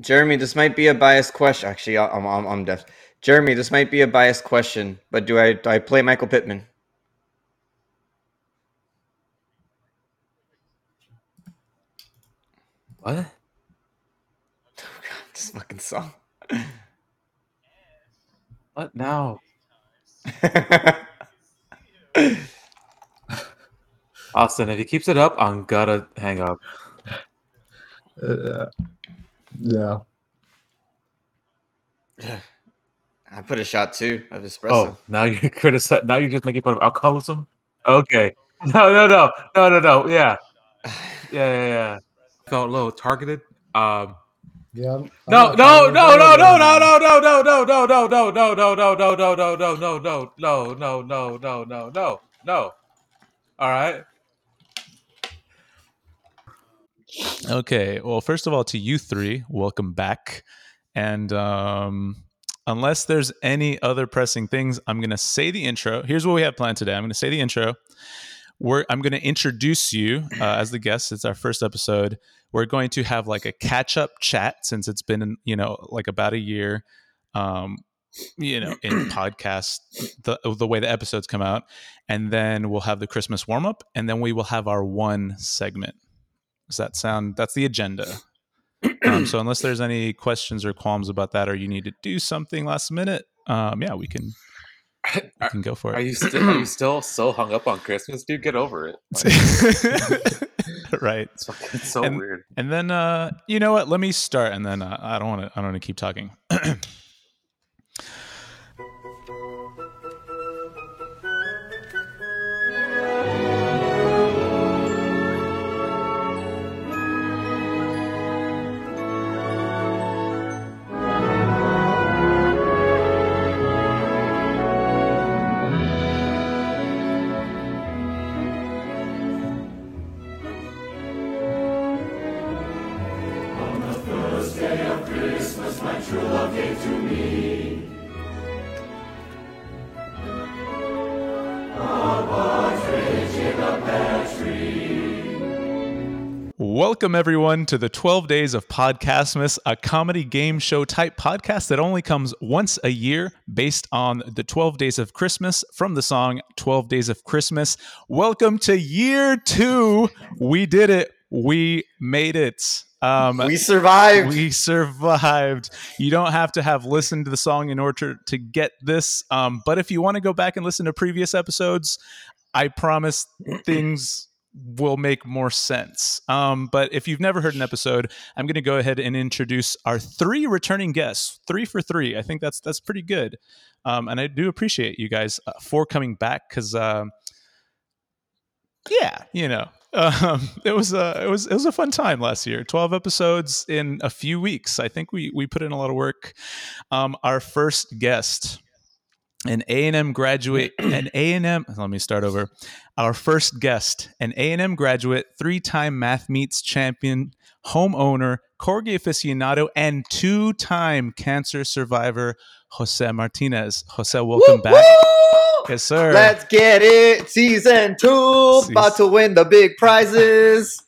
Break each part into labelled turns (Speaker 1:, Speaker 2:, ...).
Speaker 1: Jeremy, this might be a biased question. Actually, I- I'm, I'm, I'm deaf. Jeremy, this might be a biased question, but do I do I play Michael Pittman?
Speaker 2: What?
Speaker 1: Oh God, this fucking song.
Speaker 2: What now? Austin, if he keeps it up, I'm gonna hang up.
Speaker 3: Uh, yeah.
Speaker 1: I put a shot too of espresso.
Speaker 2: Oh, now you're criticize. Now you're just making fun of alcoholism. Okay. No, no, no, no, no, no. Yeah, yeah, yeah. yeah. Felt a little targeted. Um.
Speaker 3: Yeah. I'm, I'm
Speaker 2: No,
Speaker 3: not
Speaker 2: no,
Speaker 3: targeted
Speaker 2: no, no,
Speaker 3: either.
Speaker 2: no, no, no, no, no, no, no, no, no, no, no, no, no, no, no, no, no, no, no, no, no, no, no, no, no. All right.
Speaker 4: Okay. Well, first of all, to you three, welcome back. And um, unless there's any other pressing things, I'm going to say the intro. Here's what we have planned today I'm going to say the intro. We're, I'm going to introduce you uh, as the guest. It's our first episode. We're going to have like a catch up chat since it's been, you know, like about a year, um, you know, in podcast, the, the way the episodes come out. And then we'll have the Christmas warm up. And then we will have our one segment. Does that sound? That's the agenda. Um, so unless there's any questions or qualms about that, or you need to do something last minute, um, yeah, we can we
Speaker 2: Are,
Speaker 4: can go for
Speaker 2: are
Speaker 4: it.
Speaker 2: you still are you still so hung up on Christmas, dude? Get over it. Like,
Speaker 4: right,
Speaker 2: it's, fucking- it's so
Speaker 4: and
Speaker 2: weird.
Speaker 4: and then uh, you know what? Let me start, and then uh, I don't want to. I don't want to keep talking. Welcome, everyone, to the 12 Days of Podcastmas, a comedy game show type podcast that only comes once a year based on the 12 Days of Christmas from the song 12 Days of Christmas. Welcome to year two. We did it. We made it. Um,
Speaker 1: we survived.
Speaker 4: we survived. You don't have to have listened to the song in order to get this. Um, but if you want to go back and listen to previous episodes, I promise things will make more sense. Um, but if you've never heard an episode, I'm going to go ahead and introduce our three returning guests. Three for three. I think that's that's pretty good. Um, and I do appreciate you guys uh, for coming back because. Um, yeah you know um, it was a it was it was a fun time last year 12 episodes in a few weeks i think we we put in a lot of work um our first guest an a&m graduate an a&m let me start over our first guest an a&m graduate three-time math meets champion homeowner corgi aficionado and two-time cancer survivor jose martinez jose welcome
Speaker 1: Woo,
Speaker 4: back
Speaker 1: woo!
Speaker 4: yes sir
Speaker 1: Let's get it. Season two,
Speaker 4: Seas-
Speaker 1: about to win the big prizes.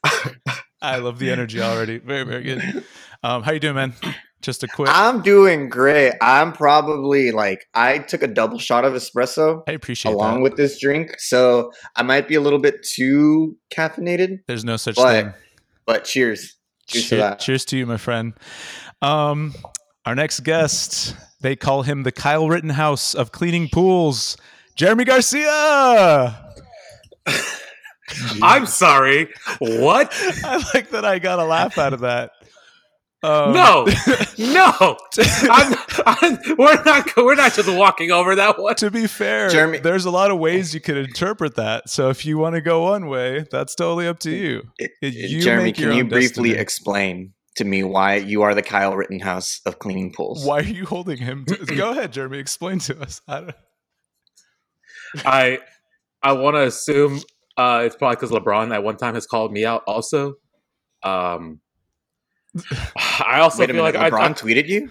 Speaker 4: I love the energy already. Very, very good. Um, how you doing, man? Just a quick.
Speaker 1: I'm doing great. I'm probably like I took a double shot of espresso
Speaker 4: I appreciate
Speaker 1: along
Speaker 4: that.
Speaker 1: with this drink, so I might be a little bit too caffeinated.
Speaker 4: There's no such
Speaker 1: But
Speaker 4: thing.
Speaker 1: But cheers, cheers to
Speaker 4: Cheer-
Speaker 1: that.
Speaker 4: cheers to you, my friend. Um, our next guest, they call him the Kyle Rittenhouse of cleaning pools, Jeremy Garcia.
Speaker 2: I'm sorry. What?
Speaker 4: I like that. I got a laugh out of that. Um,
Speaker 2: No, no. I'm, I'm, we're not. We're not just walking over that one.
Speaker 4: to be fair,
Speaker 1: Jeremy-
Speaker 4: there's a lot of ways you could interpret that. So if you want to go one way, that's totally up to you.
Speaker 1: It- it-
Speaker 4: It- you
Speaker 1: Eh, Jeremy,
Speaker 4: make your
Speaker 1: can you
Speaker 4: own
Speaker 1: briefly
Speaker 4: destiny.
Speaker 1: explain to me why you are the Kyle Rittenhouse of cleaning pools?
Speaker 4: Why are you holding him? To, go ahead, Jeremy. Explain to us. I don't,
Speaker 2: I I want to assume uh, it's probably because LeBron at one time has called me out. Also, um, I also
Speaker 1: Wait a
Speaker 2: feel
Speaker 1: minute,
Speaker 2: like I,
Speaker 1: LeBron
Speaker 2: I
Speaker 1: tweeted you?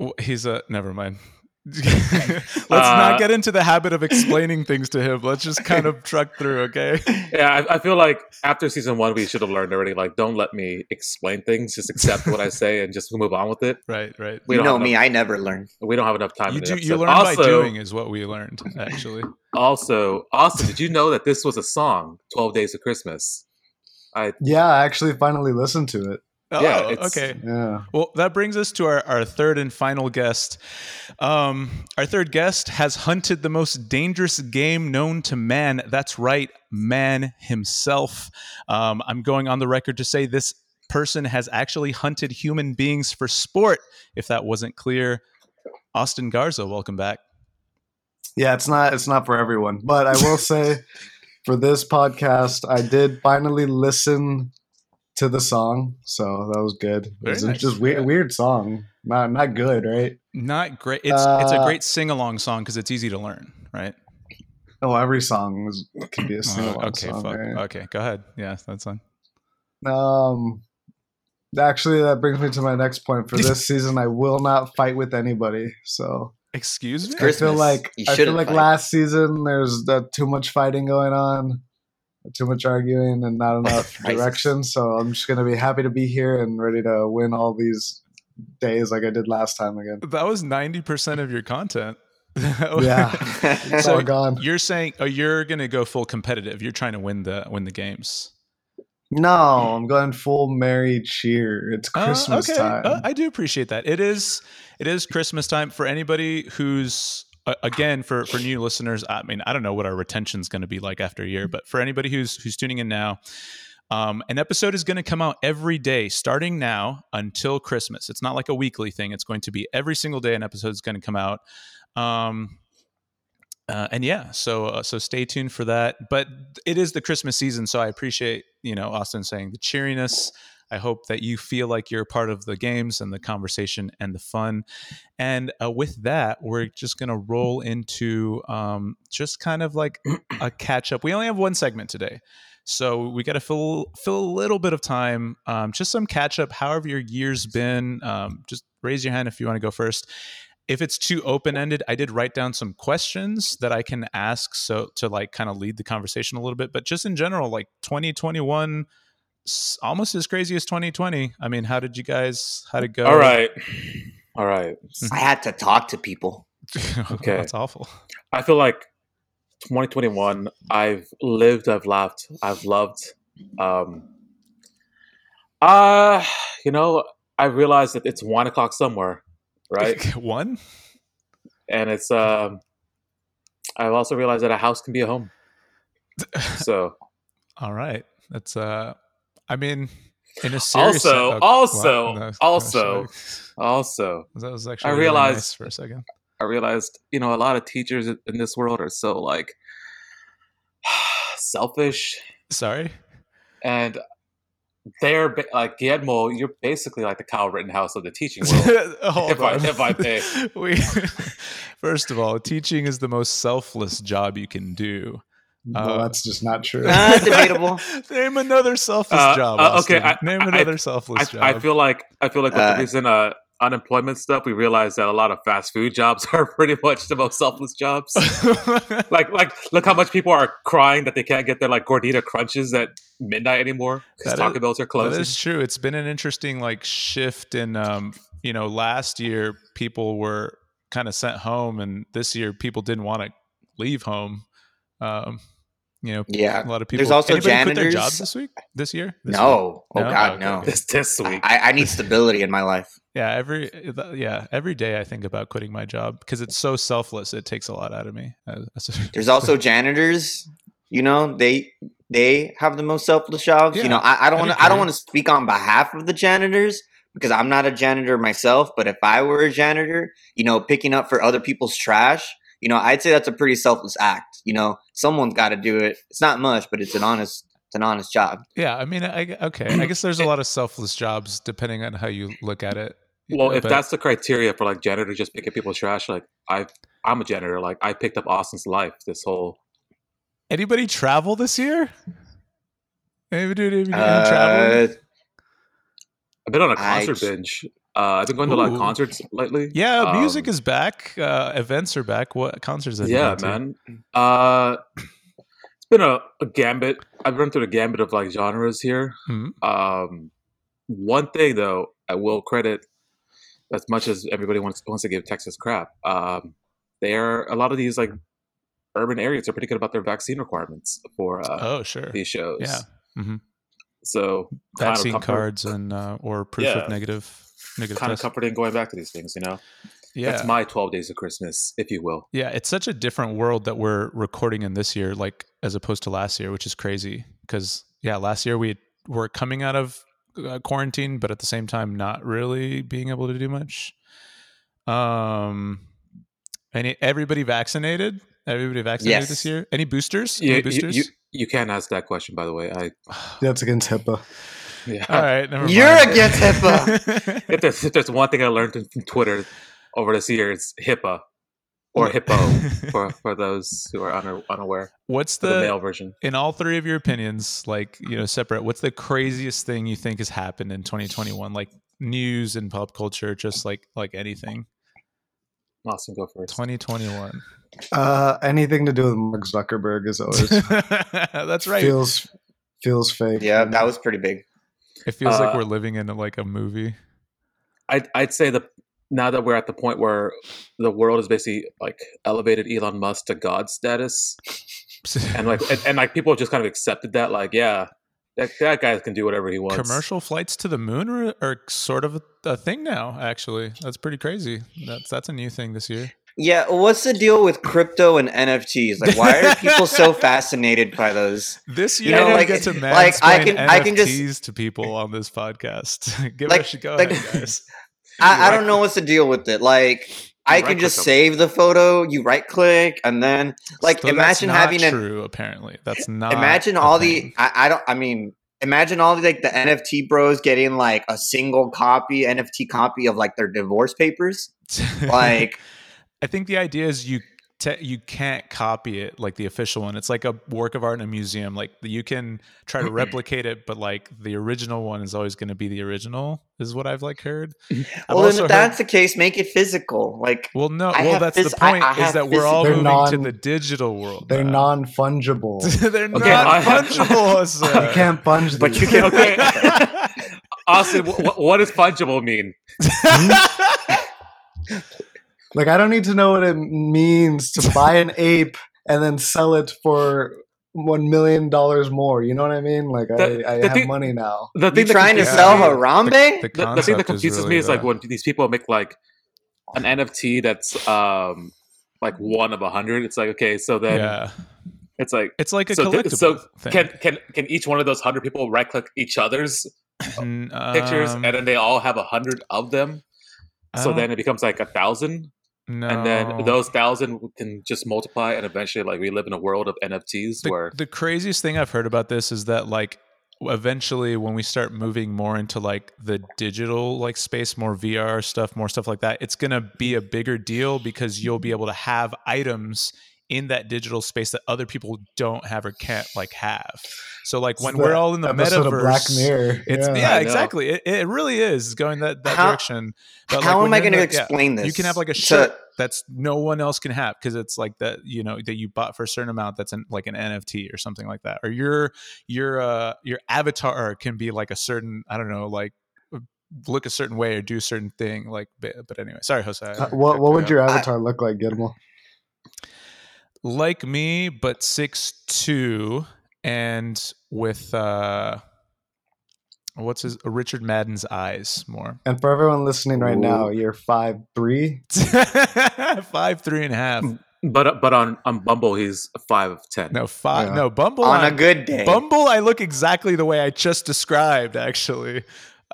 Speaker 4: Wh- He's a never mind. Let's
Speaker 2: Uh,
Speaker 4: not get into the habit of explaining things to him. Let's just kind of truck through, okay?
Speaker 2: Yeah, I, I feel like after season one, we should have learned already. Like, don't let me explain things; just accept what I say and just move on with it.
Speaker 4: Right, right.
Speaker 1: you
Speaker 2: We don't
Speaker 1: know
Speaker 2: have
Speaker 1: me,
Speaker 2: enough-
Speaker 1: I never learn.
Speaker 2: we don't have enough time.
Speaker 4: You
Speaker 2: in the
Speaker 4: do you
Speaker 2: episode.
Speaker 4: learn by
Speaker 2: Also-
Speaker 4: doing is what we learned, actually.
Speaker 2: Also, Austin, did you know that this was a song, 12 Days of Christmas?
Speaker 3: Yeah, I actually finally listened to it.
Speaker 2: Yeah,
Speaker 4: Oh,
Speaker 2: it's-
Speaker 4: okay.
Speaker 3: Yeah.
Speaker 4: Well, that brings us to our, our third and final guest. Um, our third guest has hunted the most dangerous game known to man. That's right, man himself. Um, I'm going on the record to say this person has actually hunted human beings for sport, if that wasn't clear. Austin Garza, welcome back.
Speaker 3: Yeah, it's not it's not for everyone, but I will say for this podcast, I did finally listen to the song, so that was good. It
Speaker 4: Very
Speaker 3: was
Speaker 4: nice,
Speaker 3: just weird
Speaker 4: yeah.
Speaker 3: weird song. Not not good, right?
Speaker 4: Not great. It's it's a
Speaker 3: Uh,
Speaker 4: great sing along song because it's easy to learn, right?
Speaker 3: Oh, every song is, can be a single
Speaker 4: Uh, okay,
Speaker 3: song.
Speaker 4: fuck.
Speaker 3: right?
Speaker 4: Okay, go ahead. Yeah, that's fine.
Speaker 2: Uh,
Speaker 3: Um, actually, that brings me to my next point. For this season, I will not fight with anybody. So
Speaker 4: Excuse me.
Speaker 1: Chris-
Speaker 3: I feel
Speaker 1: Christmas,
Speaker 3: like
Speaker 1: you
Speaker 3: I feel
Speaker 1: shouldn't
Speaker 3: like
Speaker 1: fight.
Speaker 3: last season there's uh, too much fighting going on, too much arguing, and not enough
Speaker 1: Christ.
Speaker 3: direction. So I'm just gonna be happy to be here and ready to win all these days like I did last time again.
Speaker 4: That was ninety percent of your content. Oh.
Speaker 3: Yeah, it's
Speaker 4: So-
Speaker 3: all gone.
Speaker 4: You're saying oh, you're gonna go full competitive. You're trying to win the win the games.
Speaker 3: No, I'm going full Mary cheer. It's
Speaker 4: Uh,
Speaker 3: Christmas
Speaker 4: okay.
Speaker 3: time.
Speaker 4: Uh, I do appreciate that. It is it is Christmas time for anybody who's uh, again for for new listeners. I mean, I don't know what our retention's going to be like after a year, but for anybody who's who's tuning in now. Um, an episode is going to come out every day starting now until Christmas. It's not like a weekly thing. It's going to be every single day an episode is going to come out. Um, uh, and yeah, so uh, so stay tuned for that. But it is the Christmas season, so I appreciate you know Austin saying the cheeriness. I hope that you feel like you're part of the games and the conversation and the fun. And uh, with that, we're just going to roll into um, just kind of like a catch up. We only have one segment today. So we got to fill fill a little bit of time, um, just some catch up. However your year's been, um, just raise your hand if you want to go first. If it's too open ended, I did write down some questions that I can ask, so to like kind of lead the conversation a little bit. But just in general, like 2021, s- almost as crazy as 2020. I mean, how did you guys? How did it go?
Speaker 2: All right. All right.
Speaker 1: I had to talk to people.
Speaker 2: Okay.
Speaker 4: that's awful.
Speaker 2: I feel like 2021, I've lived, I've laughed, I've loved. Um, uh, you know, I realized that it's one o'clock somewhere, right?
Speaker 4: One.
Speaker 2: and it's, um, I've also realized that a house can be a home. So,
Speaker 4: All right. That's uh. I mean, in a serious
Speaker 2: Also-
Speaker 4: sen-
Speaker 2: also-
Speaker 4: wow, gosh,
Speaker 2: also-
Speaker 4: like-
Speaker 2: also,
Speaker 4: That was actually. I
Speaker 2: realized-
Speaker 4: realized for a second.
Speaker 2: I realized, you know, a lot of teachers in this world are so like selfish
Speaker 4: Sorry.
Speaker 2: and they're ba- like Guillermo, you're basically like the Kyle Rittenhouse of the teaching world.
Speaker 4: Hold
Speaker 2: if I-
Speaker 4: on.
Speaker 2: if I may.
Speaker 4: we, first of all, teaching is the most selfless job you can do.
Speaker 3: no,
Speaker 4: Uh,
Speaker 3: that's just not true.
Speaker 1: Ah, debatable.
Speaker 4: Name another selfless
Speaker 2: Uh,
Speaker 4: job.
Speaker 2: uh, okay,
Speaker 4: Austin.
Speaker 2: I-
Speaker 4: Name
Speaker 2: I-
Speaker 4: another
Speaker 2: I,
Speaker 4: selfless job.
Speaker 2: I feel like I feel like with
Speaker 1: Uh,
Speaker 2: the recent uh, unemployment stuff, we realized that a lot of fast food jobs are pretty much the most selfless jobs. like like look how much people are crying that they can't get their like gordita crunches at midnight anymore because
Speaker 4: That
Speaker 2: Taco
Speaker 4: is-
Speaker 2: Bells are
Speaker 4: That
Speaker 2: closing.
Speaker 4: is true. It's been an interesting like shift in um, you know, last year people were kind of sent home and this year people didn't want to leave home. Um, you know, a
Speaker 1: Yeah.
Speaker 4: lot of people
Speaker 1: There's also
Speaker 4: anybody quit their
Speaker 1: janitors.
Speaker 4: jobs this week? This year? This week?
Speaker 1: No. Oh
Speaker 4: No?
Speaker 1: God,
Speaker 4: Okay,
Speaker 1: no.
Speaker 4: okay.
Speaker 2: this this week.
Speaker 1: I, I need stability in my life.
Speaker 4: Yeah, every yeah, every day I think about quitting my job because it's so selfless. It takes a lot out of me. Uh, so-
Speaker 1: There's also janitors. You know, they they have the most selfless jobs.
Speaker 4: Yeah,
Speaker 1: You know, I, I don't
Speaker 4: that'd
Speaker 1: want
Speaker 4: be
Speaker 1: I don't
Speaker 4: great.
Speaker 1: want to speak on behalf of the janitors because I'm not a janitor myself. But if I were a janitor, you know, picking up for other people's trash, you know, I'd say that's a pretty selfless act. You know, someone's got to do it. It's not much, but it's an honest it's an honest job.
Speaker 4: yeah, I mean, I, okay, I guess there's a lot of selfless jobs depending on how you look at it.
Speaker 2: Well, if
Speaker 4: But-
Speaker 2: that's the criteria for like janitor just picking people's trash, like I I'm a janitor, like I picked up Austin's life this whole
Speaker 4: Anybody travel this year? Anybody do any, any traveling?
Speaker 1: Uh,
Speaker 2: I've been on a
Speaker 1: I
Speaker 2: concert
Speaker 1: j-
Speaker 2: binge. Uh, I've been going to a lot of concerts lately.
Speaker 4: Yeah,
Speaker 2: Um,
Speaker 4: music is back. Uh, events are back. What concerts? Have you
Speaker 2: yeah,
Speaker 4: been to?
Speaker 2: man. Uh, it's been a, a gambit. I've run through the gambit of like genres here.
Speaker 4: Mhm.
Speaker 2: Um, one thing though, I will credit as much as everybody wants wants to give Texas crap. Um, they are a lot of these like urban areas are pretty good about their vaccine requirements for uh,
Speaker 4: Oh, sure.
Speaker 2: these shows.
Speaker 4: Yeah. Mhm.
Speaker 2: So kind of
Speaker 4: Vaccine
Speaker 2: comfort-
Speaker 4: cards and uh, or proof
Speaker 2: Yeah.
Speaker 4: of negative negative
Speaker 2: Kind of
Speaker 4: test.
Speaker 2: comforting going back to these things, you know.
Speaker 4: yeah.
Speaker 2: That's my twelve days of Christmas, if you will.
Speaker 4: Yeah, it's such a different world that we're recording in this year, like as opposed to last year, which is crazy. Because yeah, last year we were coming out of uh, quarantine, but at the same time, not really being able to do much. Um, any everybody vaccinated? Everybody vaccinated
Speaker 1: Yes.
Speaker 4: this year? Any boosters?
Speaker 2: You,
Speaker 4: any
Speaker 2: you, you,
Speaker 4: boosters?
Speaker 2: you can't ask that question, by the way. I
Speaker 3: That's against HIPAA.
Speaker 2: yeah.
Speaker 4: All right, never
Speaker 1: You're
Speaker 4: mind.
Speaker 1: against HIPAA.
Speaker 2: if there's if there's one thing I learned from Twitter over this year, it's HIPAA or hippo for, for those who are una- unaware.
Speaker 4: What's
Speaker 2: The,
Speaker 4: the,
Speaker 2: the male version.
Speaker 4: in all three of your opinions, like you know, separate. What's the craziest thing you think has happened in 2021? Like news and pop culture, just like like anything.
Speaker 2: Austin, go first.
Speaker 4: 2021.
Speaker 3: Uh, anything to do with Mark Zuckerberg is always
Speaker 4: That's right.
Speaker 3: feels feels fake.
Speaker 1: Yeah, that was pretty big.
Speaker 4: it feels like
Speaker 2: Uh,
Speaker 4: we're living in like a movie.
Speaker 2: I'd I'd say the now that we're at the point where the world is basically like elevated Elon Musk to God status, and like and, and like people have just kind of accepted that, like yeah, that that guy can do whatever he wants.
Speaker 4: Commercial flights to the moon are, are sort of a, a thing now. Actually, that's pretty crazy. That's that's a new thing this year.
Speaker 1: Yeah, what's the deal with crypto and NFTs? Like, why are people so fascinated by those?
Speaker 4: This
Speaker 1: You
Speaker 4: year,
Speaker 1: know,
Speaker 4: we
Speaker 1: like-
Speaker 4: get to mansplain
Speaker 1: like, I can-
Speaker 4: NFTs
Speaker 1: I can just-
Speaker 4: to people on this podcast. Give
Speaker 1: Like-
Speaker 4: it a go,
Speaker 1: like-
Speaker 4: ahead, guys.
Speaker 1: I, I
Speaker 2: You
Speaker 1: don't know what's the deal with it. Like, I can
Speaker 2: right-click
Speaker 1: just
Speaker 2: them.
Speaker 1: save the photo. You right click, and then like
Speaker 4: So that's
Speaker 1: imagine
Speaker 4: not
Speaker 1: having an
Speaker 4: true. apparently, that's not.
Speaker 1: imagine
Speaker 4: a
Speaker 1: all
Speaker 4: thing.
Speaker 1: the I, I don't I mean imagine all the like the NFT bros getting like a single copy NFT copy of like their divorce papers. Like
Speaker 4: I think the idea is you te- you can't copy it like the official one. It's like a work of art in a museum. Like you can try to
Speaker 1: Mm-hmm.
Speaker 4: replicate it, but like the original one is always going to be the original. Is what I've like heard. I've
Speaker 1: well then
Speaker 4: also
Speaker 1: if that's the case, make it physical. Like
Speaker 4: heard- well, no,
Speaker 1: I
Speaker 4: well
Speaker 1: have
Speaker 4: that's
Speaker 1: phys-
Speaker 4: the
Speaker 1: I-
Speaker 4: point
Speaker 1: I
Speaker 4: is
Speaker 1: have
Speaker 4: that we're all
Speaker 3: physical-
Speaker 4: moving
Speaker 3: They're
Speaker 4: to
Speaker 3: non-
Speaker 4: the digital world.
Speaker 3: They're
Speaker 4: now.
Speaker 3: non fungible. you
Speaker 4: They're
Speaker 2: Okay, I-
Speaker 4: not fungible. sir.
Speaker 3: can't funge.
Speaker 1: but
Speaker 3: these.
Speaker 1: you can
Speaker 2: Okay. Austin, what, what does fungible mean?
Speaker 3: like I don't need to know what it means to buy an ape and then sell it for one million dollars more. You know what I mean? Like
Speaker 2: The-
Speaker 3: I, I
Speaker 2: the
Speaker 3: have
Speaker 2: thing-
Speaker 3: money now.
Speaker 2: The
Speaker 1: you
Speaker 2: thing that
Speaker 1: trying to
Speaker 2: confuses
Speaker 1: sell
Speaker 2: me-
Speaker 1: Harambe?
Speaker 4: The
Speaker 2: the, the thing that
Speaker 4: concept is
Speaker 2: confuses
Speaker 4: really
Speaker 2: me is like
Speaker 4: the-
Speaker 2: when these people make like an NFT that's um like one of a hundred. It's like okay, so then
Speaker 4: yeah,
Speaker 2: it's like
Speaker 4: it's like a
Speaker 2: so, th-
Speaker 4: collectible.
Speaker 2: so
Speaker 4: thing.
Speaker 2: can can can each one of those hundred people right click each other's
Speaker 4: Mm,
Speaker 2: pictures
Speaker 4: um,
Speaker 2: and then they all have a hundred of them.
Speaker 4: I
Speaker 2: So
Speaker 4: don't
Speaker 2: then it becomes like a thousand, and
Speaker 4: know.
Speaker 2: then those thousand can just multiply, and eventually, like we live in a world of NFTs
Speaker 4: the,
Speaker 2: where
Speaker 4: the craziest thing I've heard about this is that like eventually when we start moving more into like the digital like space more VR stuff more stuff like that it's going to be a bigger deal because you'll be able to have items in that digital space that other people don't have or can't like have so like when
Speaker 3: It's
Speaker 4: we're all in the
Speaker 3: episode
Speaker 4: metaverse
Speaker 3: of Black Mirror.
Speaker 4: it's
Speaker 3: yeah.
Speaker 4: yeah,
Speaker 2: I know.
Speaker 4: exactly it, it really is going that, that
Speaker 1: How-
Speaker 4: direction but
Speaker 1: How
Speaker 4: like,
Speaker 1: am
Speaker 4: when
Speaker 1: I
Speaker 4: you're in
Speaker 1: going to
Speaker 4: the- yeah
Speaker 1: explain this?
Speaker 4: you can have like a
Speaker 1: to-
Speaker 4: shirt that's no one else can have because it's like that you know that you bought for a certain amount that's an, like an nft or something like that or your your uh your avatar can be like a certain i don't know like uh, look a certain way or do a certain thing like but, but anyway sorry jose I
Speaker 3: Uh, what what would
Speaker 4: cut you off.
Speaker 3: your avatar look like, Gilmo?
Speaker 4: like me but six two and with uh what's his uh, richard madden's eyes more
Speaker 3: And for everyone listening right now,
Speaker 1: Ooh.
Speaker 3: you're five three.
Speaker 4: five three and a half
Speaker 3: Mm,
Speaker 2: but uh, but on on Bumble he's five of ten.
Speaker 4: no five
Speaker 3: Yeah.
Speaker 4: no bumble
Speaker 1: on a
Speaker 4: I'm-
Speaker 1: good day.
Speaker 4: Bumble, I look exactly the way I just described. Actually,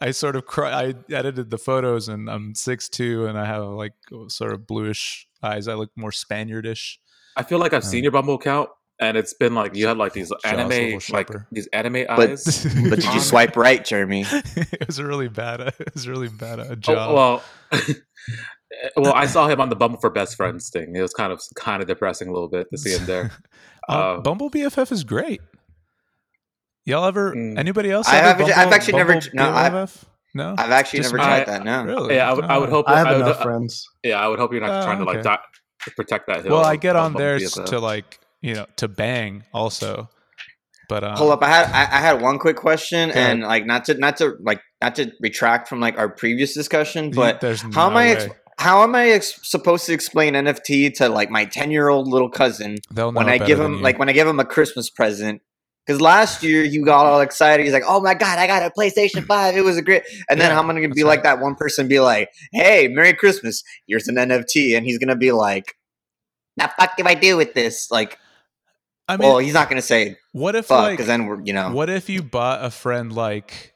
Speaker 4: I sort of cr- I edited the photos, and I'm six two, and I have like sort of bluish eyes. I look more Spaniardish.
Speaker 2: I feel like I've
Speaker 4: Um,
Speaker 2: seen your Bumble account, and it's been like you had like these anime,
Speaker 4: little
Speaker 2: like
Speaker 4: shopper.
Speaker 2: these anime
Speaker 1: But-
Speaker 2: eyes.
Speaker 1: but did you
Speaker 2: on-
Speaker 1: swipe right, Jeremy?
Speaker 4: it was a really bad. It was a really bad a
Speaker 2: Oh,
Speaker 4: job.
Speaker 2: well, well, I saw him on the Bumble for Best Friends thing. It was kind of kind of depressing a little bit to see him there.
Speaker 4: Uh,
Speaker 1: Um,
Speaker 2: uh,
Speaker 4: Bumble BFF is great. Y'all ever?
Speaker 2: Mm.
Speaker 4: Anybody else?
Speaker 1: I
Speaker 4: ever
Speaker 1: Hmm. haven't- I've
Speaker 4: Bumble-
Speaker 1: actually never-
Speaker 4: Bumble
Speaker 1: no, I-
Speaker 4: BFF? No,
Speaker 1: I've actually
Speaker 4: Just
Speaker 1: never
Speaker 2: my-
Speaker 1: tried that. No.
Speaker 4: really?
Speaker 2: Yeah, I would- I would
Speaker 4: Oh.
Speaker 2: hope-
Speaker 3: I have
Speaker 2: I would-
Speaker 3: enough
Speaker 2: uh,
Speaker 3: friends.
Speaker 2: Yeah, I would hope you're not
Speaker 4: Oh,
Speaker 2: trying to like
Speaker 4: okay.
Speaker 2: die, to protect that hill.
Speaker 4: Well, I get
Speaker 2: from
Speaker 4: on there s-
Speaker 2: BFF.
Speaker 4: to like you know to bang also, but um,
Speaker 1: Hold up, I had I, I had one quick question,
Speaker 4: ahead.
Speaker 1: and like not to not to like not to retract from like our previous discussion,
Speaker 4: you-
Speaker 1: but
Speaker 4: there's
Speaker 1: how am
Speaker 4: no
Speaker 1: I ex-
Speaker 4: way.
Speaker 1: how am I ex- supposed to explain NFT to like my ten year old little cousin
Speaker 4: They'll
Speaker 1: when
Speaker 4: know
Speaker 1: I
Speaker 4: better
Speaker 1: give
Speaker 4: than
Speaker 1: him
Speaker 4: you.
Speaker 1: like when I give him a Christmas present? Because last year you got all excited. He's like, "Oh my god, I got a PlayStation Five. It was a great." And then
Speaker 4: Yeah,
Speaker 1: how am I gonna be
Speaker 4: that's
Speaker 1: like that one person? Be like, "Hey, Merry Christmas. Here's an NFT," and he's gonna be like, "The fuck do I do with this?" Like,
Speaker 4: I mean,
Speaker 1: well, he's not gonna say
Speaker 4: what if
Speaker 1: fuck
Speaker 4: like
Speaker 1: because then we're you know.
Speaker 4: What if you bought a friend like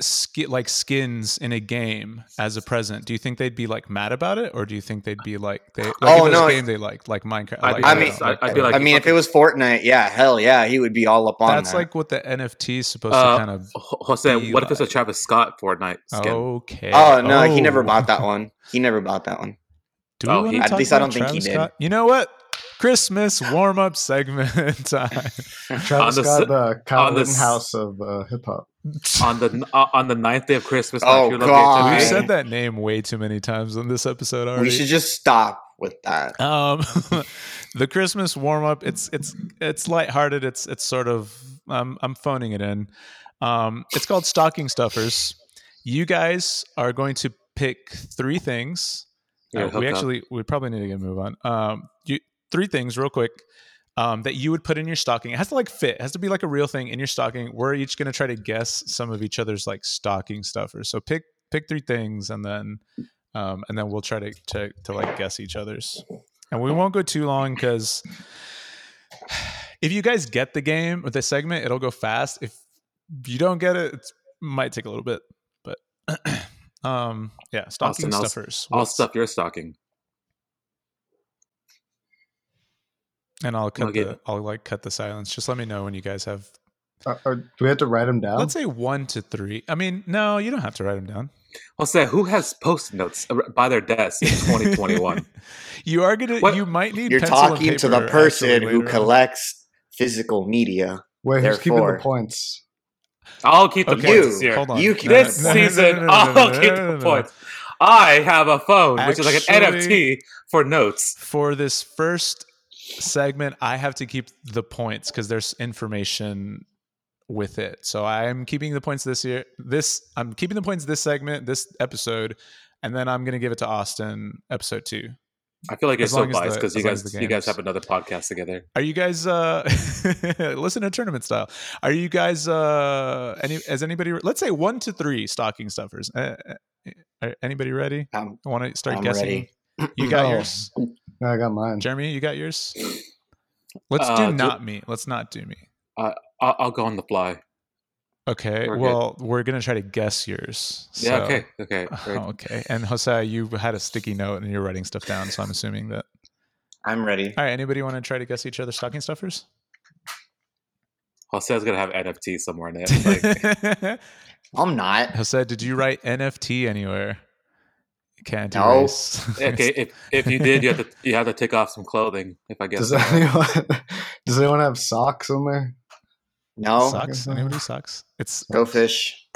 Speaker 4: ski like skins in a game as a present? Do you think they'd be like mad about it, or do you think they'd be like they like
Speaker 1: Oh,
Speaker 4: if it was
Speaker 1: no,
Speaker 4: a game they liked, like Minecraft?
Speaker 2: I'd
Speaker 4: like,
Speaker 2: be
Speaker 1: I
Speaker 2: like-
Speaker 1: mean-
Speaker 2: I'd- I'd be like,
Speaker 1: I mean, if it was Fortnite, yeah, hell yeah, he would be all up on
Speaker 4: that's
Speaker 1: that.
Speaker 4: like what the NFT is supposed
Speaker 2: Uh,
Speaker 4: to kind of.
Speaker 2: Ho- Jose,
Speaker 4: be
Speaker 2: what if it's a
Speaker 4: like-
Speaker 2: Travis Scott Fortnite skin?
Speaker 4: Okay.
Speaker 1: oh no, he never
Speaker 4: Oh.
Speaker 1: bought that one. He never bought that one.
Speaker 4: Do we
Speaker 2: Oh,
Speaker 4: wanna
Speaker 2: he-
Speaker 1: at
Speaker 4: talk
Speaker 1: least I
Speaker 4: about
Speaker 1: don't think he
Speaker 4: Travis
Speaker 1: did.
Speaker 4: Scott? You know what? Christmas warm up segment time.
Speaker 3: Travis
Speaker 2: on the
Speaker 3: Scott,
Speaker 2: s-
Speaker 3: the Kyle
Speaker 2: on the s-
Speaker 3: Rittenhouse of uh, hip hop.
Speaker 2: on the uh, on the ninth day of Christmas.
Speaker 1: Oh,
Speaker 2: like, you're looking
Speaker 1: God.
Speaker 2: at
Speaker 4: We've
Speaker 2: me.
Speaker 4: said that name way too many times on this episode already.
Speaker 1: We should just stop with that.
Speaker 4: Um, the Christmas warm up. It's it's it's lighthearted. It's it's sort of um, I'm phoning it in. Um, it's called stocking stuffers. You guys are going to pick three things.
Speaker 2: Yeah,
Speaker 4: Uh,
Speaker 2: hook
Speaker 4: we
Speaker 2: up.
Speaker 4: actually we probably need to get a move on. Um, you, three things real quick um, that you would put in your stocking. It has to like fit. It has to be like a real thing in your stocking. We're each going to try to guess some of each other's like stocking stuffers. So pick pick three things and then um, and then we'll try to, to to like guess each other's. And we won't go too long because if you guys get the game or the segment, it'll go fast. If you don't get it, it might take a little bit. But um, yeah, stocking
Speaker 2: Austin, I'll s-
Speaker 4: stuffers.
Speaker 2: I'll
Speaker 4: What's-
Speaker 2: stuff your stocking.
Speaker 4: and I'll cut
Speaker 2: I'll get
Speaker 4: the
Speaker 2: it.
Speaker 4: I'll like cut the silence. Just let me know when you guys have.
Speaker 3: Uh, uh, do we have to write him down?
Speaker 4: Let's say one to three. I mean, no, you don't have to write them down.
Speaker 2: Jose, who has post notes by their desk in 2021?
Speaker 4: you are gonna.
Speaker 2: What-
Speaker 4: You might need.
Speaker 1: You're
Speaker 4: pencil and
Speaker 1: talking to
Speaker 4: paper,
Speaker 1: the person
Speaker 4: actually,
Speaker 1: who
Speaker 4: later on.
Speaker 1: collects physical media.
Speaker 3: Wait, who's keeping the
Speaker 1: Therefore-
Speaker 3: points?
Speaker 2: I'll keep the
Speaker 4: Okay,
Speaker 2: points this year.
Speaker 4: hold on.
Speaker 1: You keep-
Speaker 4: No, no,
Speaker 2: This
Speaker 4: no, no, no,
Speaker 2: season,
Speaker 4: no, no, no, no,
Speaker 2: I'll
Speaker 4: no,
Speaker 2: keep
Speaker 4: no,
Speaker 2: the
Speaker 4: no, no.
Speaker 2: points. I have a phone, which is like an
Speaker 4: Actually-
Speaker 2: NFT for notes.
Speaker 4: For this first segment, I have to keep the points because there's information with it. So I'm keeping the points this year. This I'm keeping the points this segment, this episode, and then I'm gonna give it to Austin episode two.
Speaker 2: I feel like you're
Speaker 4: As
Speaker 2: so
Speaker 4: long as
Speaker 2: biased
Speaker 4: the-
Speaker 2: because you
Speaker 4: as long as
Speaker 2: guys
Speaker 4: the
Speaker 2: you guys
Speaker 4: games.
Speaker 2: have another podcast together.
Speaker 4: Are you guys uh listen to tournament style? Are you guys uh any as anybody let's say 1 to 3 stocking stuffers. Uh, uh, are anybody ready?
Speaker 1: I'm,
Speaker 4: Want to start
Speaker 1: I'm
Speaker 4: guessing?
Speaker 1: ready.
Speaker 4: You got
Speaker 3: No.
Speaker 4: yours.
Speaker 3: No, I got mine.
Speaker 4: Jeremy, you got yours? Let's
Speaker 2: Uh,
Speaker 4: do
Speaker 2: do-
Speaker 4: not me. Let's not do me.
Speaker 2: I'll, I'll go on the fly.
Speaker 4: Okay.
Speaker 2: We're good.
Speaker 4: well, we're going to try to guess yours.
Speaker 2: Yeah.
Speaker 4: so-
Speaker 2: okay. Okay. great.
Speaker 4: Okay. And Jose, you had a sticky note and you're writing stuff down, so I'm assuming that.
Speaker 1: I'm ready.
Speaker 4: All right, anybody want to try to guess each other's stocking stuffers?
Speaker 2: Jose's gonna have NFT somewhere in it. Like,
Speaker 1: I'm not.
Speaker 4: Jose, did you write NFT anywhere? Can't
Speaker 1: No.
Speaker 4: erase.
Speaker 2: okay. If, if you did, you have to you have to take off some clothing. If I guess.
Speaker 3: Does anyone, does anyone have socks in there?
Speaker 1: No.
Speaker 3: Suck.
Speaker 4: Socks? Anybody socks? It's
Speaker 1: Go fish.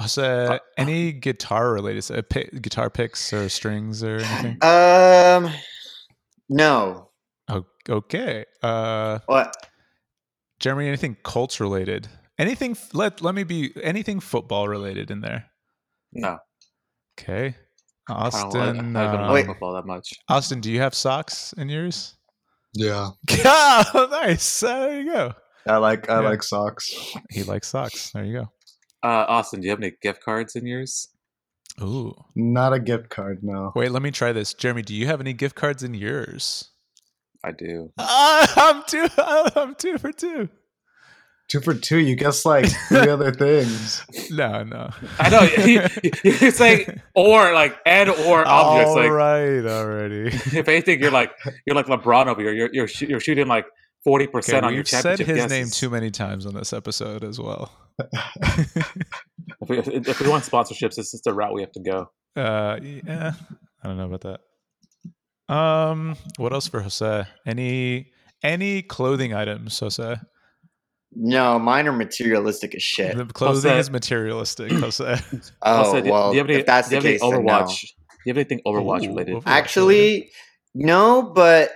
Speaker 4: Jose. Any guitar related uh, pi- guitar picks or strings or anything?
Speaker 1: Um. No.
Speaker 4: Oh, okay. Uh,
Speaker 1: What?
Speaker 4: Jeremy, anything Colts related? Anything? f- Let let me be anything football related in there.
Speaker 2: no.
Speaker 4: Okay.
Speaker 2: I don't, I, I
Speaker 4: Austin,
Speaker 2: don't
Speaker 4: uh,
Speaker 2: like
Speaker 1: Wait.
Speaker 2: football that much.
Speaker 4: Austin, do you have socks in yours?
Speaker 3: Yeah,
Speaker 4: Oh, nice. Uh, there you go.
Speaker 3: I like I
Speaker 4: Yeah.
Speaker 3: like socks.
Speaker 4: He likes socks. There you
Speaker 2: Uh, Austin, do you have any gift cards in yours?
Speaker 4: go. Ooh.
Speaker 3: Not a gift card, no.
Speaker 4: Wait, let me try this. Jeremy, do you have any gift cards in yours?
Speaker 2: I do.
Speaker 4: Ah, I'm two. I'm two for two.
Speaker 3: Two for two. You guess like three other things.
Speaker 4: No, no.
Speaker 2: I know. you- You're saying or like and or objects.
Speaker 4: All
Speaker 2: Like
Speaker 4: right, already.
Speaker 2: if anything, you're like you're like LeBron over here. You're you're, shoo- you're shooting like forty percent on your
Speaker 4: we've said
Speaker 2: championship.
Speaker 4: his
Speaker 2: guesses.
Speaker 4: name too many times on this episode as well.
Speaker 2: If we, if if we want sponsorships, this is the route we have to go.
Speaker 4: Uh, yeah, I don't know about that. Um, what else for Jose? Any any clothing items, Jose?
Speaker 1: No, mine are materialistic as shit.
Speaker 4: The clothing
Speaker 2: that?
Speaker 4: is materialistic. How's that?
Speaker 1: Oh
Speaker 2: Also, do-
Speaker 1: well,
Speaker 2: do you have any,
Speaker 1: if that's
Speaker 2: do
Speaker 1: the
Speaker 2: you have any
Speaker 1: case, then no.
Speaker 2: Overwatch? Do you have anything Overwatch
Speaker 4: Ooh,
Speaker 2: related?
Speaker 4: Overwatch.
Speaker 1: Actually, no, but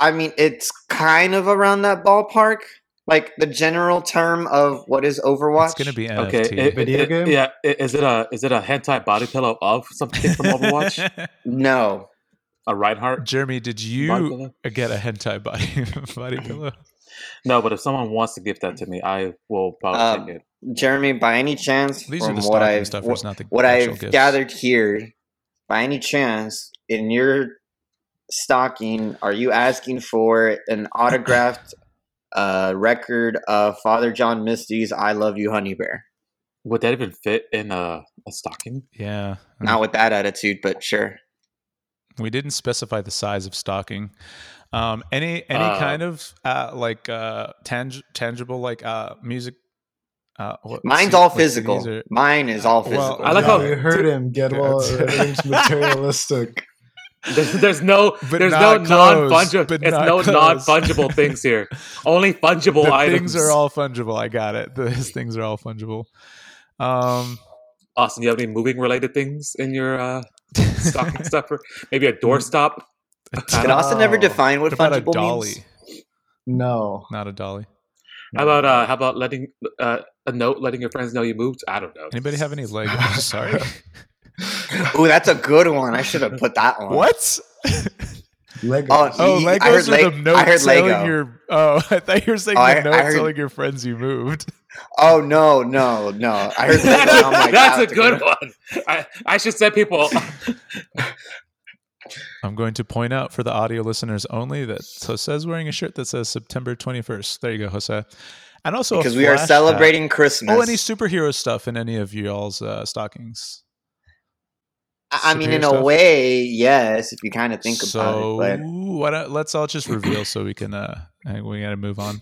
Speaker 1: I mean, it's kind of around that ballpark. Like the general term of what is Overwatch.
Speaker 4: It's gonna be NFT.
Speaker 2: Okay, it-
Speaker 3: Video
Speaker 2: it-
Speaker 3: game?
Speaker 2: Yeah, i- is it a is it a hentai body pillow of something from Overwatch?
Speaker 1: no.
Speaker 2: a Reinhardt
Speaker 4: Jeremy, did
Speaker 2: body
Speaker 4: you
Speaker 2: pillow?
Speaker 4: get a hentai body body pillow?
Speaker 2: No, but if someone wants to give that to me, I will probably
Speaker 1: Um,
Speaker 2: take it.
Speaker 1: Jeremy, by any chance,
Speaker 4: These are
Speaker 1: from
Speaker 4: the
Speaker 1: what
Speaker 4: stocking
Speaker 1: I've
Speaker 4: stuffers,
Speaker 1: wh-
Speaker 4: not the
Speaker 1: what
Speaker 4: actual
Speaker 1: I've
Speaker 4: gifts.
Speaker 1: gathered here, by any chance, in your stocking, are you asking for an autographed uh, record of Father John Misty's "I Love You, Honey Bear"?
Speaker 2: Would that even fit in a, a stocking?
Speaker 4: Yeah,
Speaker 1: Not with that attitude, but sure.
Speaker 4: we didn't specify the size of stocking. Um, any any
Speaker 2: Uh,
Speaker 4: kind of uh, like uh, tang- tangible like uh, music. Uh, what-
Speaker 1: Mine's
Speaker 4: C-
Speaker 1: all
Speaker 4: like CDs
Speaker 1: physical.
Speaker 4: or-
Speaker 1: Mine is all
Speaker 4: Well,
Speaker 1: physical.
Speaker 2: I like
Speaker 3: Yeah,
Speaker 2: how-
Speaker 3: you heard him. Get well.
Speaker 4: Good.
Speaker 3: Everything's materialistic.
Speaker 2: There's, there's no
Speaker 4: But
Speaker 2: there's no non
Speaker 4: not clothes,
Speaker 2: fungible
Speaker 4: but
Speaker 2: it's
Speaker 4: not
Speaker 2: no
Speaker 4: clothes.
Speaker 2: non fungible things here. Only fungible
Speaker 4: the
Speaker 2: items.
Speaker 4: things are all fungible. I got it. Those things are all fungible. Um,
Speaker 2: Austin, you have any moving related things in your uh, stocking stuffer? Maybe
Speaker 4: Mm.
Speaker 2: a doorstop.
Speaker 1: Can Austin never
Speaker 3: Oh.
Speaker 1: define
Speaker 4: what
Speaker 1: what
Speaker 4: about a
Speaker 1: fungible
Speaker 4: dolly?
Speaker 1: means?
Speaker 3: No.
Speaker 4: Not a dolly.
Speaker 2: How about uh, how about letting uh, a note letting your friends know you moved? I don't know.
Speaker 4: Anybody have any Legos? Sorry.
Speaker 1: Ooh, that's a good one. I should have put that one.
Speaker 4: what?
Speaker 3: Legos.
Speaker 1: Oh,
Speaker 4: Oh,
Speaker 1: I
Speaker 4: Legos
Speaker 1: heard
Speaker 4: are
Speaker 1: Leg-
Speaker 4: the note
Speaker 1: I heard
Speaker 4: telling
Speaker 1: Lego.
Speaker 4: your. Oh, I thought you were saying
Speaker 1: Oh,
Speaker 4: the
Speaker 1: I-
Speaker 4: note
Speaker 1: I heard-
Speaker 4: telard your friends you moved.
Speaker 1: Oh no, no, no! I heard that. and I'm like,
Speaker 2: That's a
Speaker 1: that's
Speaker 2: good one. I, I should send people.
Speaker 4: I'm going to point out for the audio listeners only that Jose's wearing a shirt that says September 21st. There you go, Jose. And also a
Speaker 1: because we are
Speaker 4: flash hat.
Speaker 1: celebrating Christmas.
Speaker 4: Oh, any superhero stuff in any of y'all's uh, stockings?
Speaker 1: I I mean, in
Speaker 4: superhero stuff?
Speaker 1: a way, yes. If you kind of think
Speaker 4: so,
Speaker 1: about it,
Speaker 4: why don't- let's all just reveal so we can. Uh, I think we got to move on.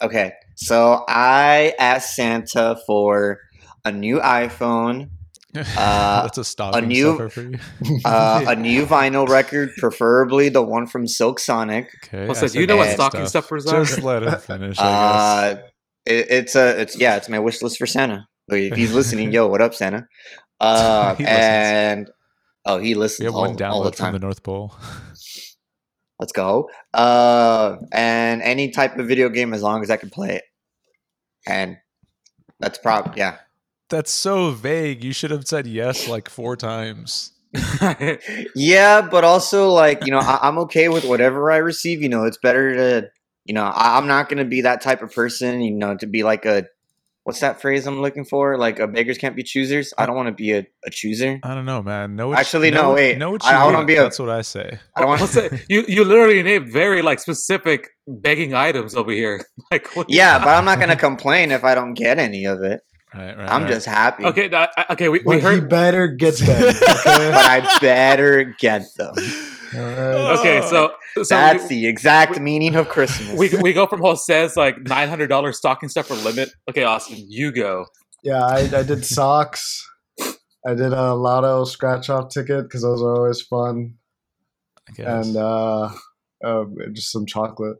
Speaker 1: but okay. So I asked Santa for a new iPhone, Uh,
Speaker 4: That's a stocking
Speaker 1: new-
Speaker 4: stuffer for you.
Speaker 1: uh, a new vinyl record, preferably the one from Silk Sonic.
Speaker 4: Okay.
Speaker 2: Well,
Speaker 4: I
Speaker 2: so
Speaker 4: said
Speaker 2: you know what
Speaker 4: bad
Speaker 2: stocking
Speaker 4: stuff.
Speaker 2: stuffers are?
Speaker 4: Just let him finish. I guess.
Speaker 1: Uh, it, it's a, it's yeah, it's my wish list for Santa. If he's listening, yo, what up, Santa? Uh,
Speaker 4: He listens.
Speaker 1: and oh, he
Speaker 4: we
Speaker 1: listens
Speaker 4: have one
Speaker 1: all, all the
Speaker 4: download from
Speaker 1: time.
Speaker 4: the North Pole.
Speaker 1: Let's go. Uh, and any type of video game as long as I can play it. And that's prob yeah.
Speaker 4: That's so vague. You should have said yes like four times.
Speaker 1: Yeah, but also like you know, I, I'm okay with whatever I receive. You know, it's better to you know, I, I'm not gonna be that type of person. You know, to be like a what's that phrase I'm looking for? Like a beggars can't be choosers. I don't want to be a, a chooser.
Speaker 4: I don't know, man. Know what
Speaker 1: Actually,
Speaker 4: know,
Speaker 1: no, wait.
Speaker 4: Know what you
Speaker 1: I- I wanna
Speaker 4: want.
Speaker 1: be a-
Speaker 4: That's what I say.
Speaker 1: I don't
Speaker 2: Well,
Speaker 1: want.
Speaker 2: so you you literally named very like specific begging items over here. Like what-
Speaker 1: Yeah, but I'm not gonna complain if I don't get any of it.
Speaker 4: Right, right.
Speaker 1: I'm
Speaker 4: right.
Speaker 1: just happy.
Speaker 2: Uh-huh. Okay. no, I- okay. We,
Speaker 3: But
Speaker 2: we
Speaker 3: he
Speaker 2: heard.
Speaker 3: better get them.
Speaker 1: But
Speaker 3: Okay?
Speaker 1: I better get them.
Speaker 3: All right.
Speaker 4: Oh.
Speaker 2: Okay. So so
Speaker 1: That's
Speaker 2: we,
Speaker 1: the exact meaning of Christmas.
Speaker 2: we we go from Jose's like nine hundred dollars stocking stuffer limit. Okay, Austin, you go.
Speaker 3: Yeah, I, I did socks. I did a lotto scratch off ticket because those are always fun,
Speaker 4: I guess.
Speaker 3: and uh, um, just some chocolate.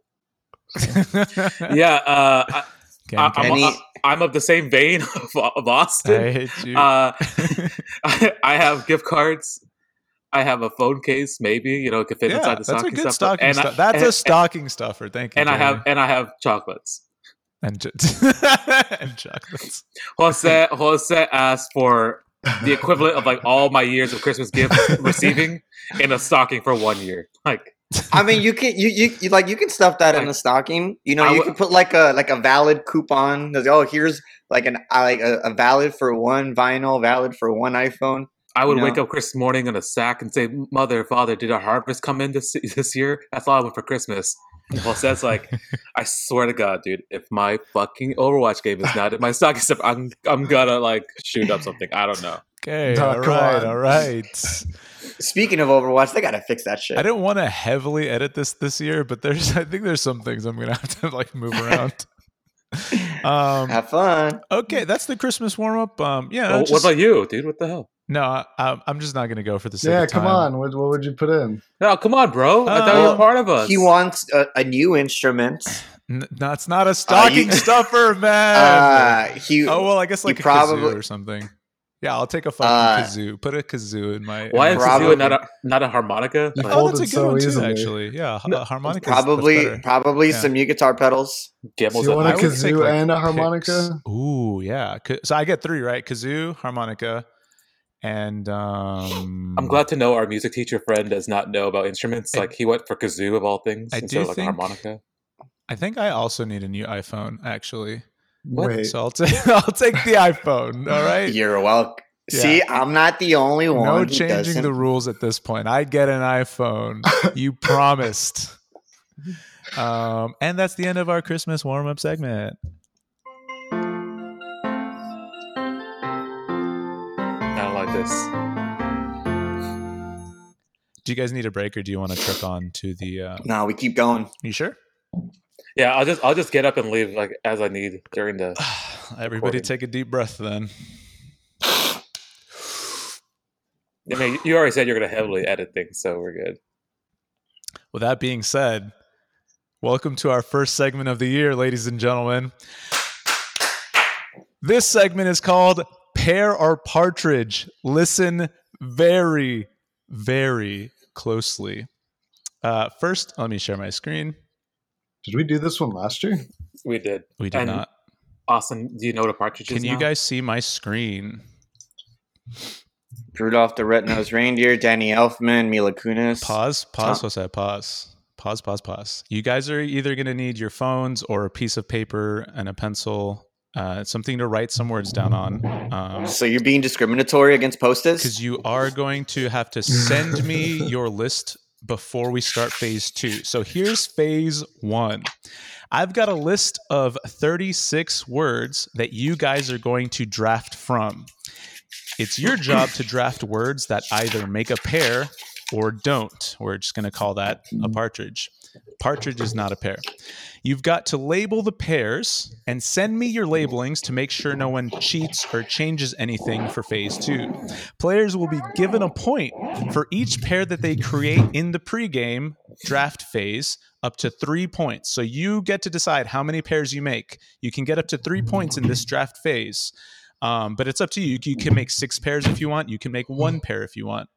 Speaker 2: Yeah. Uh, I,
Speaker 4: Gang,
Speaker 2: I,
Speaker 4: gang.
Speaker 2: I'm,
Speaker 1: Any-
Speaker 2: I'm of the same vein of, of Austin.
Speaker 4: I hate you.
Speaker 2: Uh, I, I have gift cards. I have a phone case, maybe you know, it could fit
Speaker 4: yeah,
Speaker 2: inside the
Speaker 4: that's a
Speaker 2: stocking
Speaker 4: good
Speaker 2: stuffer.
Speaker 4: stocking
Speaker 2: and I-
Speaker 4: stuff. That's
Speaker 2: and,
Speaker 4: a stocking stuffer. Thank you.
Speaker 2: and I have
Speaker 4: Jeremy.
Speaker 2: and I have chocolates.
Speaker 4: and, j- and chocolates.
Speaker 2: Jose Jose asked for the equivalent of like all my years of Christmas gifts receiving in a stocking for one year. Like
Speaker 1: I mean, you can you, you you like you can stuff that in
Speaker 2: Like,
Speaker 1: the stocking. You know,
Speaker 2: I
Speaker 1: you
Speaker 2: would-
Speaker 1: can put like a like a valid coupon. That's, oh, here's like an I like a, a valid for one vinyl, valid for one iPhone.
Speaker 2: I would
Speaker 1: No.
Speaker 2: wake up Christmas morning in a sack and say, "Mother, Father, did our harvest come in this this year? That's all I want for Christmas." And Jose's like, "I swear to God, dude, if my fucking Overwatch game is not in my stocking stuff, I'm I'm gonna like shoot up something. I don't know."
Speaker 4: Okay.
Speaker 3: Nah,
Speaker 4: all
Speaker 3: come
Speaker 4: right.
Speaker 3: on.
Speaker 4: All right.
Speaker 1: Speaking of Overwatch, they gotta fix that shit.
Speaker 4: I didn't want to heavily edit this this year, but there's I think there's some things I'm gonna have to like move around. um,
Speaker 1: Have fun.
Speaker 4: okay, that's the Christmas warm up. Um, yeah,
Speaker 2: Well,
Speaker 4: just-
Speaker 2: what about you, dude? What the hell?
Speaker 4: no, I, I'm- I'm just not gonna go for the sake
Speaker 3: yeah,
Speaker 4: of time.
Speaker 3: come on. What, what would you put in?
Speaker 2: No, come on, bro. I thought you
Speaker 4: Um,
Speaker 2: were part of us.
Speaker 1: He wants a, a new instrument.
Speaker 4: N- No, it's not a stocking stuffer, man.
Speaker 1: Uh, he,
Speaker 4: oh well, I guess
Speaker 1: you
Speaker 4: like a
Speaker 1: probably-
Speaker 4: kazoo or something. Yeah, I'll take a fucking
Speaker 1: Uh,
Speaker 4: kazoo. Put a kazoo in my.
Speaker 2: Why is
Speaker 4: in my-
Speaker 1: Probably-
Speaker 2: Kazoo not a not a harmonica?
Speaker 3: You
Speaker 2: Like,
Speaker 4: Oh,
Speaker 3: Folded
Speaker 4: that's a good
Speaker 3: so
Speaker 4: one too.
Speaker 3: easily.
Speaker 4: Actually, yeah, ha- harmonica. is- that's
Speaker 1: probably
Speaker 4: better.
Speaker 1: probably
Speaker 4: Yeah.
Speaker 1: some guitar pedals.
Speaker 2: Gamble's
Speaker 3: So you
Speaker 2: at
Speaker 3: want a
Speaker 4: I
Speaker 2: night.
Speaker 4: would take,
Speaker 3: kazoo
Speaker 4: like,
Speaker 3: and a
Speaker 4: Picks.
Speaker 3: harmonica?
Speaker 4: Ooh, yeah. Ka- So I get three, right? Kazoo, harmonica, and um.
Speaker 2: I'm glad to know our music teacher friend does not know about instruments.
Speaker 4: I-
Speaker 2: like he went for kazoo of all things
Speaker 4: I
Speaker 2: instead
Speaker 4: do
Speaker 2: of like a
Speaker 4: think-
Speaker 2: harmonica.
Speaker 4: I think I also need a new iPhone, actually.
Speaker 3: Wait,
Speaker 4: So I'll take I'll take the iPhone. All right.
Speaker 1: You're welcome.
Speaker 4: Yeah.
Speaker 1: See, I'm not the only one.
Speaker 4: No
Speaker 1: who
Speaker 4: changing
Speaker 1: doesn't.
Speaker 4: the rules at this point. I get an iPhone. You promised. Um, and that's the end of our Christmas warm up segment.
Speaker 2: I don't like this.
Speaker 4: Do you guys need a break or do you want to trip on to the? Uh,
Speaker 1: No, we keep going.
Speaker 4: you sure?
Speaker 2: Yeah, I'll just I'll just get up and leave like as I need during the.
Speaker 4: Everybody,
Speaker 2: Recording.
Speaker 4: take a deep breath. Then
Speaker 2: I mean, you already said you're going to heavily edit things, so we're good.
Speaker 4: With that being said, welcome to our first segment of the year, ladies and gentlemen. This segment is called Pear or Partridge. Listen very, very closely. Uh, first, let me share my screen.
Speaker 3: did we do this one last year?
Speaker 2: We did.
Speaker 4: We did
Speaker 2: And
Speaker 4: not.
Speaker 2: Austin, do you know what a partridge is?
Speaker 4: Can you
Speaker 2: now?
Speaker 4: guys see my screen?
Speaker 1: Rudolph the Red-Nosed Reindeer, Danny Elfman, Mila Kunis.
Speaker 4: Pause, pause,
Speaker 1: Tom.
Speaker 4: Jose, pause. Pause, pause, pause. You guys are either going to need your phones or a piece of paper and a pencil, uh, something to write some words down on. Um,
Speaker 1: So you're being discriminatory against posters?
Speaker 4: because you are going to have to send me your list before we start phase two. So here's phase one. I've got a list of 36 words that you guys are going to draft from. It's your job to draft words that either make a pair or don't. We're just going to call that a partridge. Partridge is not a pair. You've got to label the pairs and send me your labelings to make sure no one cheats or changes anything for phase two. Players will be given a point for each pair that they create in the pregame draft phase, up to three points. So you get to decide how many pairs you make. You can get up to three points in this draft phase, um, but it's up to you. You can make six pairs if you want, you can make one pair if you want.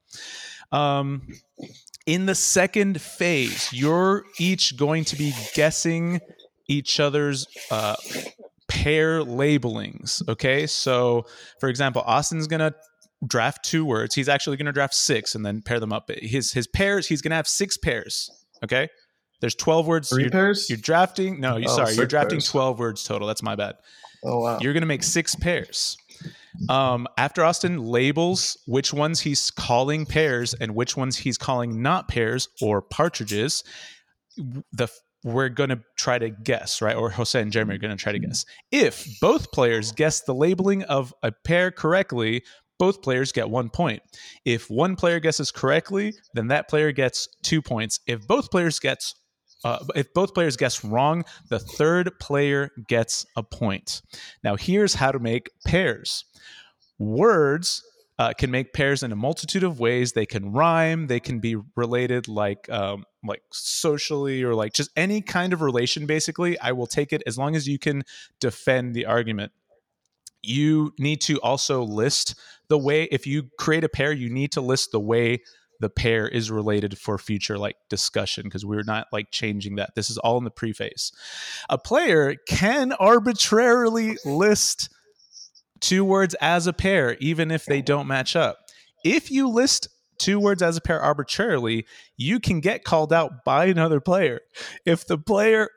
Speaker 4: Um, in the second phase, you're each going to be guessing each other's uh, pair labelings. Okay, so for example, Austin's gonna draft two words. He's actually gonna draft six and then pair them up. His his pairs. He's gonna have six pairs. Okay, there's twelve words.
Speaker 3: 3
Speaker 4: you're,
Speaker 3: pairs?
Speaker 4: you're drafting. No, you
Speaker 3: Oh,
Speaker 4: sorry. You're
Speaker 3: six
Speaker 4: drafting
Speaker 3: pairs.
Speaker 4: twelve words total. That's my bad.
Speaker 3: oh wow.
Speaker 4: You're going to make six pairs. Um, after Austin labels which ones he's calling pairs and which ones he's calling not pairs or partridges, the we're going to try to guess, right? Or Jose and Jeremy are going to try to guess. If both players guess the labeling of a pair correctly, both players get one point. If one player guesses correctly, then that player gets two points. If both players gets uh, if both players guess wrong, the third player gets a point. Now, here's how to make pairs. Words uh, can make pairs in a multitude of ways. They can rhyme. They can be related, like um, like socially or like just any kind of relation. Basically, I will take it as long as you can defend the argument. You need to also list the way. If you create a pair, you need to list the way the pair is related for future like discussion because we're not like changing that. This is all in the preface a player can arbitrarily list two words as a pair, even if they don't match up. If you list two words as a pair arbitrarily, you can get called out by another player. If the player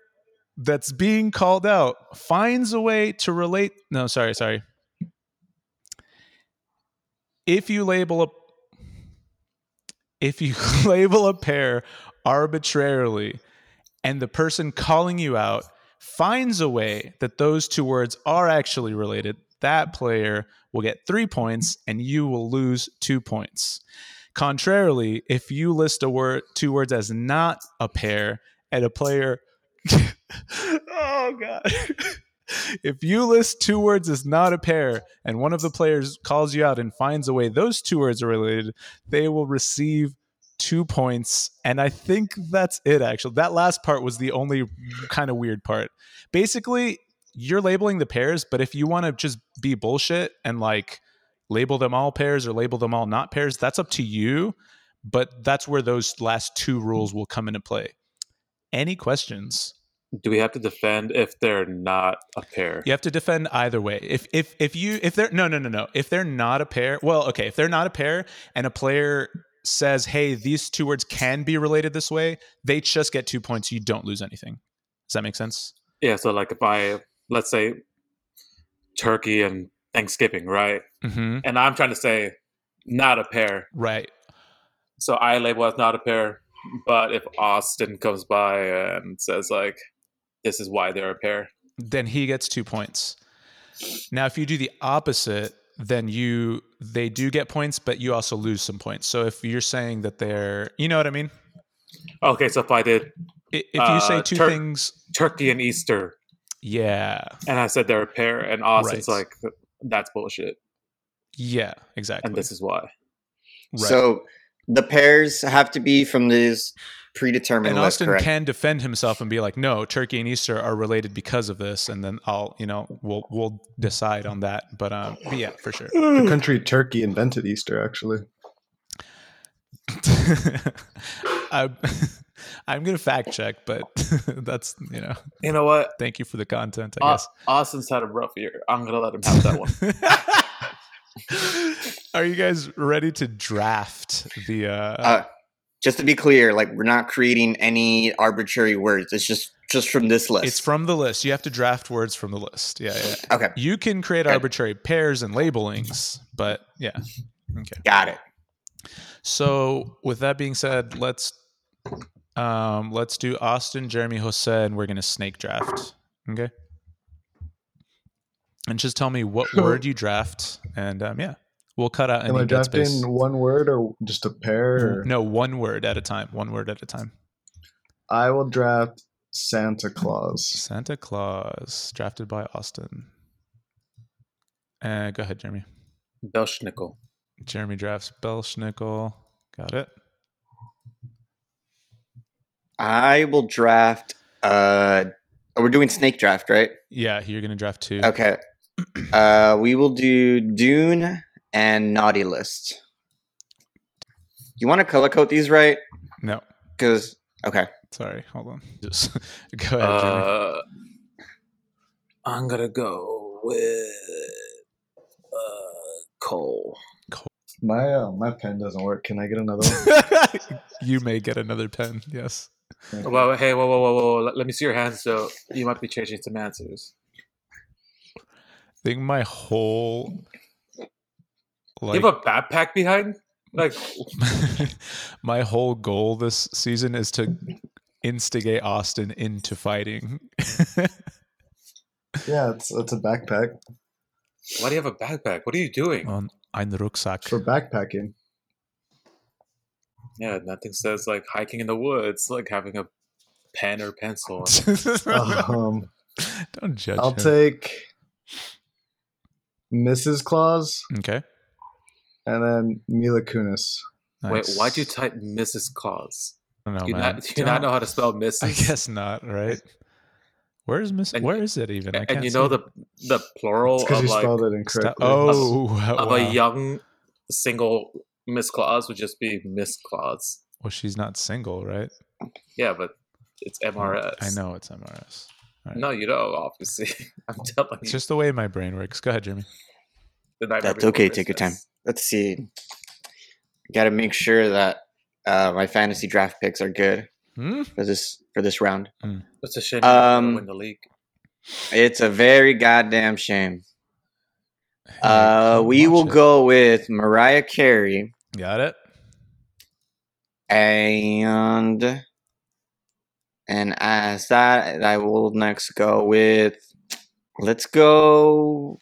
Speaker 4: that's being called out finds a way to relate, no, sorry, sorry. If you label a if you label a pair arbitrarily and the person calling you out finds a way that those two words are actually related, that player will get three points and you will lose two points. Contrarily, if you list a word two words as not a pair and a player Oh god. If you list two words as not a pair and one of the players calls you out and finds a way those two words are related, they will receive two points. And I think that's it, actually. That last part was the only kind of weird part. Basically, you're labeling the pairs, but if you want to just be bullshit and like label them all pairs or label them all not pairs, that's up to you. But that's where those last two rules will come into play. Any questions?
Speaker 2: Do we have to defend if they're not a pair?
Speaker 4: You have to defend either way. If if if you if they're no no no no if they're not a pair, well okay if they're not a pair and a player says hey these two words can be related this way, they just get two points. You don't lose anything. Does that make sense?
Speaker 2: Yeah. So like if I let's say turkey and Thanksgiving, right?
Speaker 4: Mm-hmm.
Speaker 2: And I'm trying to say not a pair,
Speaker 4: Right.
Speaker 2: so I label as not a pair. But if Austin comes by and says like, "This is why they're a pair,"
Speaker 4: then he gets two points. Now, if you do the opposite, then you they do get points, but you also lose some points. So if you're saying that they're, you know what I mean?
Speaker 2: okay. So if I did
Speaker 4: I- If you say
Speaker 2: Uh,
Speaker 4: two
Speaker 2: tur-
Speaker 4: things,
Speaker 2: turkey and Easter,
Speaker 4: yeah,
Speaker 2: and I said they're a pair, and Austin's
Speaker 4: Right.
Speaker 2: like, "That's bullshit,"
Speaker 4: yeah, exactly.
Speaker 2: and this is why.
Speaker 4: right.
Speaker 1: So the pairs have to be from this predetermined
Speaker 4: and
Speaker 1: list,
Speaker 4: Austin
Speaker 1: correct?
Speaker 4: can defend himself and be like, no, turkey and Easter are related because of this, and then I'll, you know, we'll we'll decide on that. But um, but yeah, for sure.
Speaker 3: The country Turkey invented Easter, actually.
Speaker 4: I, I'm gonna fact check, but that's you know,
Speaker 2: You know what?
Speaker 4: thank you for the content. I
Speaker 2: Au-
Speaker 4: guess.
Speaker 2: Austin's had a rough year. I'm gonna let him have that one.
Speaker 4: Are you guys ready to draft the? Uh,
Speaker 1: Uh, just to be clear, like we're not creating any arbitrary words. It's just just from this list.
Speaker 4: it's from the list. You have to draft words from the list. Yeah, yeah.
Speaker 1: okay,
Speaker 4: You can create
Speaker 1: Okay.
Speaker 4: arbitrary pairs and labelings, but yeah. Okay.
Speaker 1: got it.
Speaker 4: So with that being said, let's um let's do Austin, Jeremy, Jose, and we're gonna snake draft. Okay. And just tell me what
Speaker 3: Sure.
Speaker 4: word you draft, and um, yeah, we'll cut out any
Speaker 3: Am I
Speaker 4: dead
Speaker 3: drafting
Speaker 4: space.
Speaker 3: one word or just a pair? Or?
Speaker 4: No, one word at a time. One word at a time.
Speaker 3: I will draft Santa Claus.
Speaker 4: Santa Claus, drafted by Austin. Uh, go ahead, Jeremy.
Speaker 2: Belschnickel.
Speaker 4: Jeremy drafts Belschnickel. Got it.
Speaker 1: I will draft. Uh, oh, we're doing snake draft, right?
Speaker 4: Yeah, you're gonna draft two.
Speaker 1: Okay. Uh, we will do Dune and Naughty List. You want to color code these, right?
Speaker 4: No,
Speaker 1: Because okay,
Speaker 4: sorry. Hold on. Just go ahead, Jeremy.
Speaker 2: Uh, I'm gonna go with uh, Cole.
Speaker 3: My uh, my pen doesn't work. Can I get another one?
Speaker 4: you may get another pen. Yes.
Speaker 3: Thank you.
Speaker 2: Well, hey, whoa, whoa, whoa, whoa! Let, let me see your hands, though. You might be changing some answers.
Speaker 4: I think my whole like
Speaker 2: you have a backpack behind. Like,
Speaker 4: my whole goal this season is to instigate Austin into fighting.
Speaker 3: Yeah, it's it's a backpack
Speaker 2: why do you have a backpack? What are you doing?
Speaker 4: on ein Rucksack.
Speaker 3: for backpacking.
Speaker 2: Yeah, nothing says like hiking in the woods, like having a pen or pencil.
Speaker 3: Um,
Speaker 4: Don't judge.
Speaker 3: I'll
Speaker 4: him.
Speaker 3: take Mrs. Claus
Speaker 4: Okay.
Speaker 3: and then Mila Kunis.
Speaker 2: Wait,
Speaker 4: nice.
Speaker 2: why'd you type Mrs. Claus?
Speaker 4: I don't know,
Speaker 2: you
Speaker 4: man.
Speaker 2: not, do you not know how to spell Mrs.
Speaker 4: I guess not. Right? Where is Miss?
Speaker 2: And-
Speaker 4: Where is it even? I
Speaker 2: and
Speaker 4: can't
Speaker 2: you know
Speaker 4: see.
Speaker 2: the the plural
Speaker 3: It's because
Speaker 2: of
Speaker 3: you
Speaker 2: Oh, like
Speaker 3: spelled it
Speaker 4: Sta-
Speaker 3: incorrectly.
Speaker 4: oh, wow.
Speaker 2: of a young single Miss Claus would just be Miss Claus.
Speaker 4: well, she's not single, right?
Speaker 2: Yeah, but it's MRS.
Speaker 4: I know it's MRS. right.
Speaker 2: No, you know, obviously. I'm telling
Speaker 4: It's
Speaker 2: you.
Speaker 4: just the way my brain works. Go ahead, Jeremy.
Speaker 2: the Nightmare
Speaker 1: That's
Speaker 2: Before
Speaker 1: okay, take your time.
Speaker 2: Christmas.
Speaker 1: let's see. Got to make sure that uh, my fantasy draft picks are good
Speaker 4: Hmm?
Speaker 1: for this for this round.
Speaker 2: It's a shame you didn't
Speaker 1: Um,
Speaker 2: win the league.
Speaker 1: It's a very goddamn shame.
Speaker 4: Hey,
Speaker 1: Uh,
Speaker 4: come
Speaker 1: we
Speaker 4: watch
Speaker 1: will
Speaker 4: it.
Speaker 1: go with Mariah Carey
Speaker 4: Got it.
Speaker 1: and and as that I will next go with let's go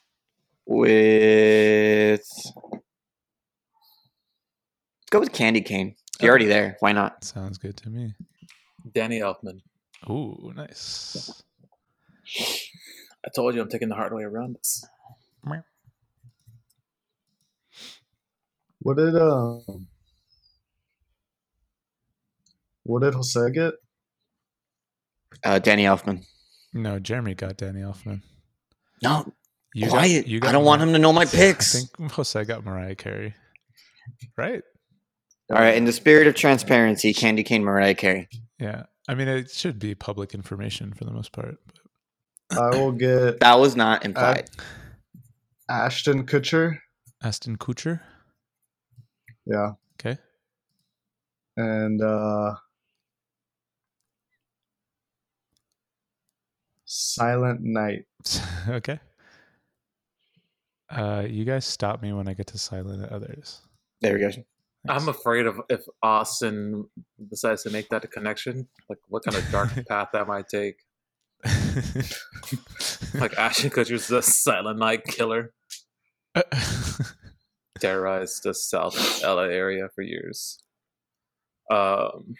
Speaker 1: with let's go with Candy Cane. You're already there. Why not?
Speaker 4: Sounds good to me.
Speaker 2: Danny Elfman.
Speaker 4: Ooh, nice.
Speaker 2: I told you I'm taking the hard way around this.
Speaker 3: What did um What did Jose get?
Speaker 1: Uh, Danny Elfman.
Speaker 4: No, Jeremy got Danny Elfman.
Speaker 1: No, you quiet. Got, you got I don't Mariah. want him to know my picks.
Speaker 4: I think Jose got Mariah Carey. Right.
Speaker 1: All right. In the spirit of transparency, Candy Cane, Mariah Carey.
Speaker 4: Yeah. I mean, it should be public information for the most part.
Speaker 3: I will get.
Speaker 1: That was not implied.
Speaker 3: Uh, Ashton Kutcher.
Speaker 4: Ashton Kutcher.
Speaker 3: Yeah.
Speaker 4: Okay.
Speaker 3: And uh Silent Night.
Speaker 4: okay. Uh you guys stop me when I get to silent others.
Speaker 1: There we go.
Speaker 2: I'm afraid of if Austin decides to make that a connection, like what kind of dark path that might take. like Ashton Kutcher's the Silent Night killer. Uh, terrorized the South LA area for years. Um,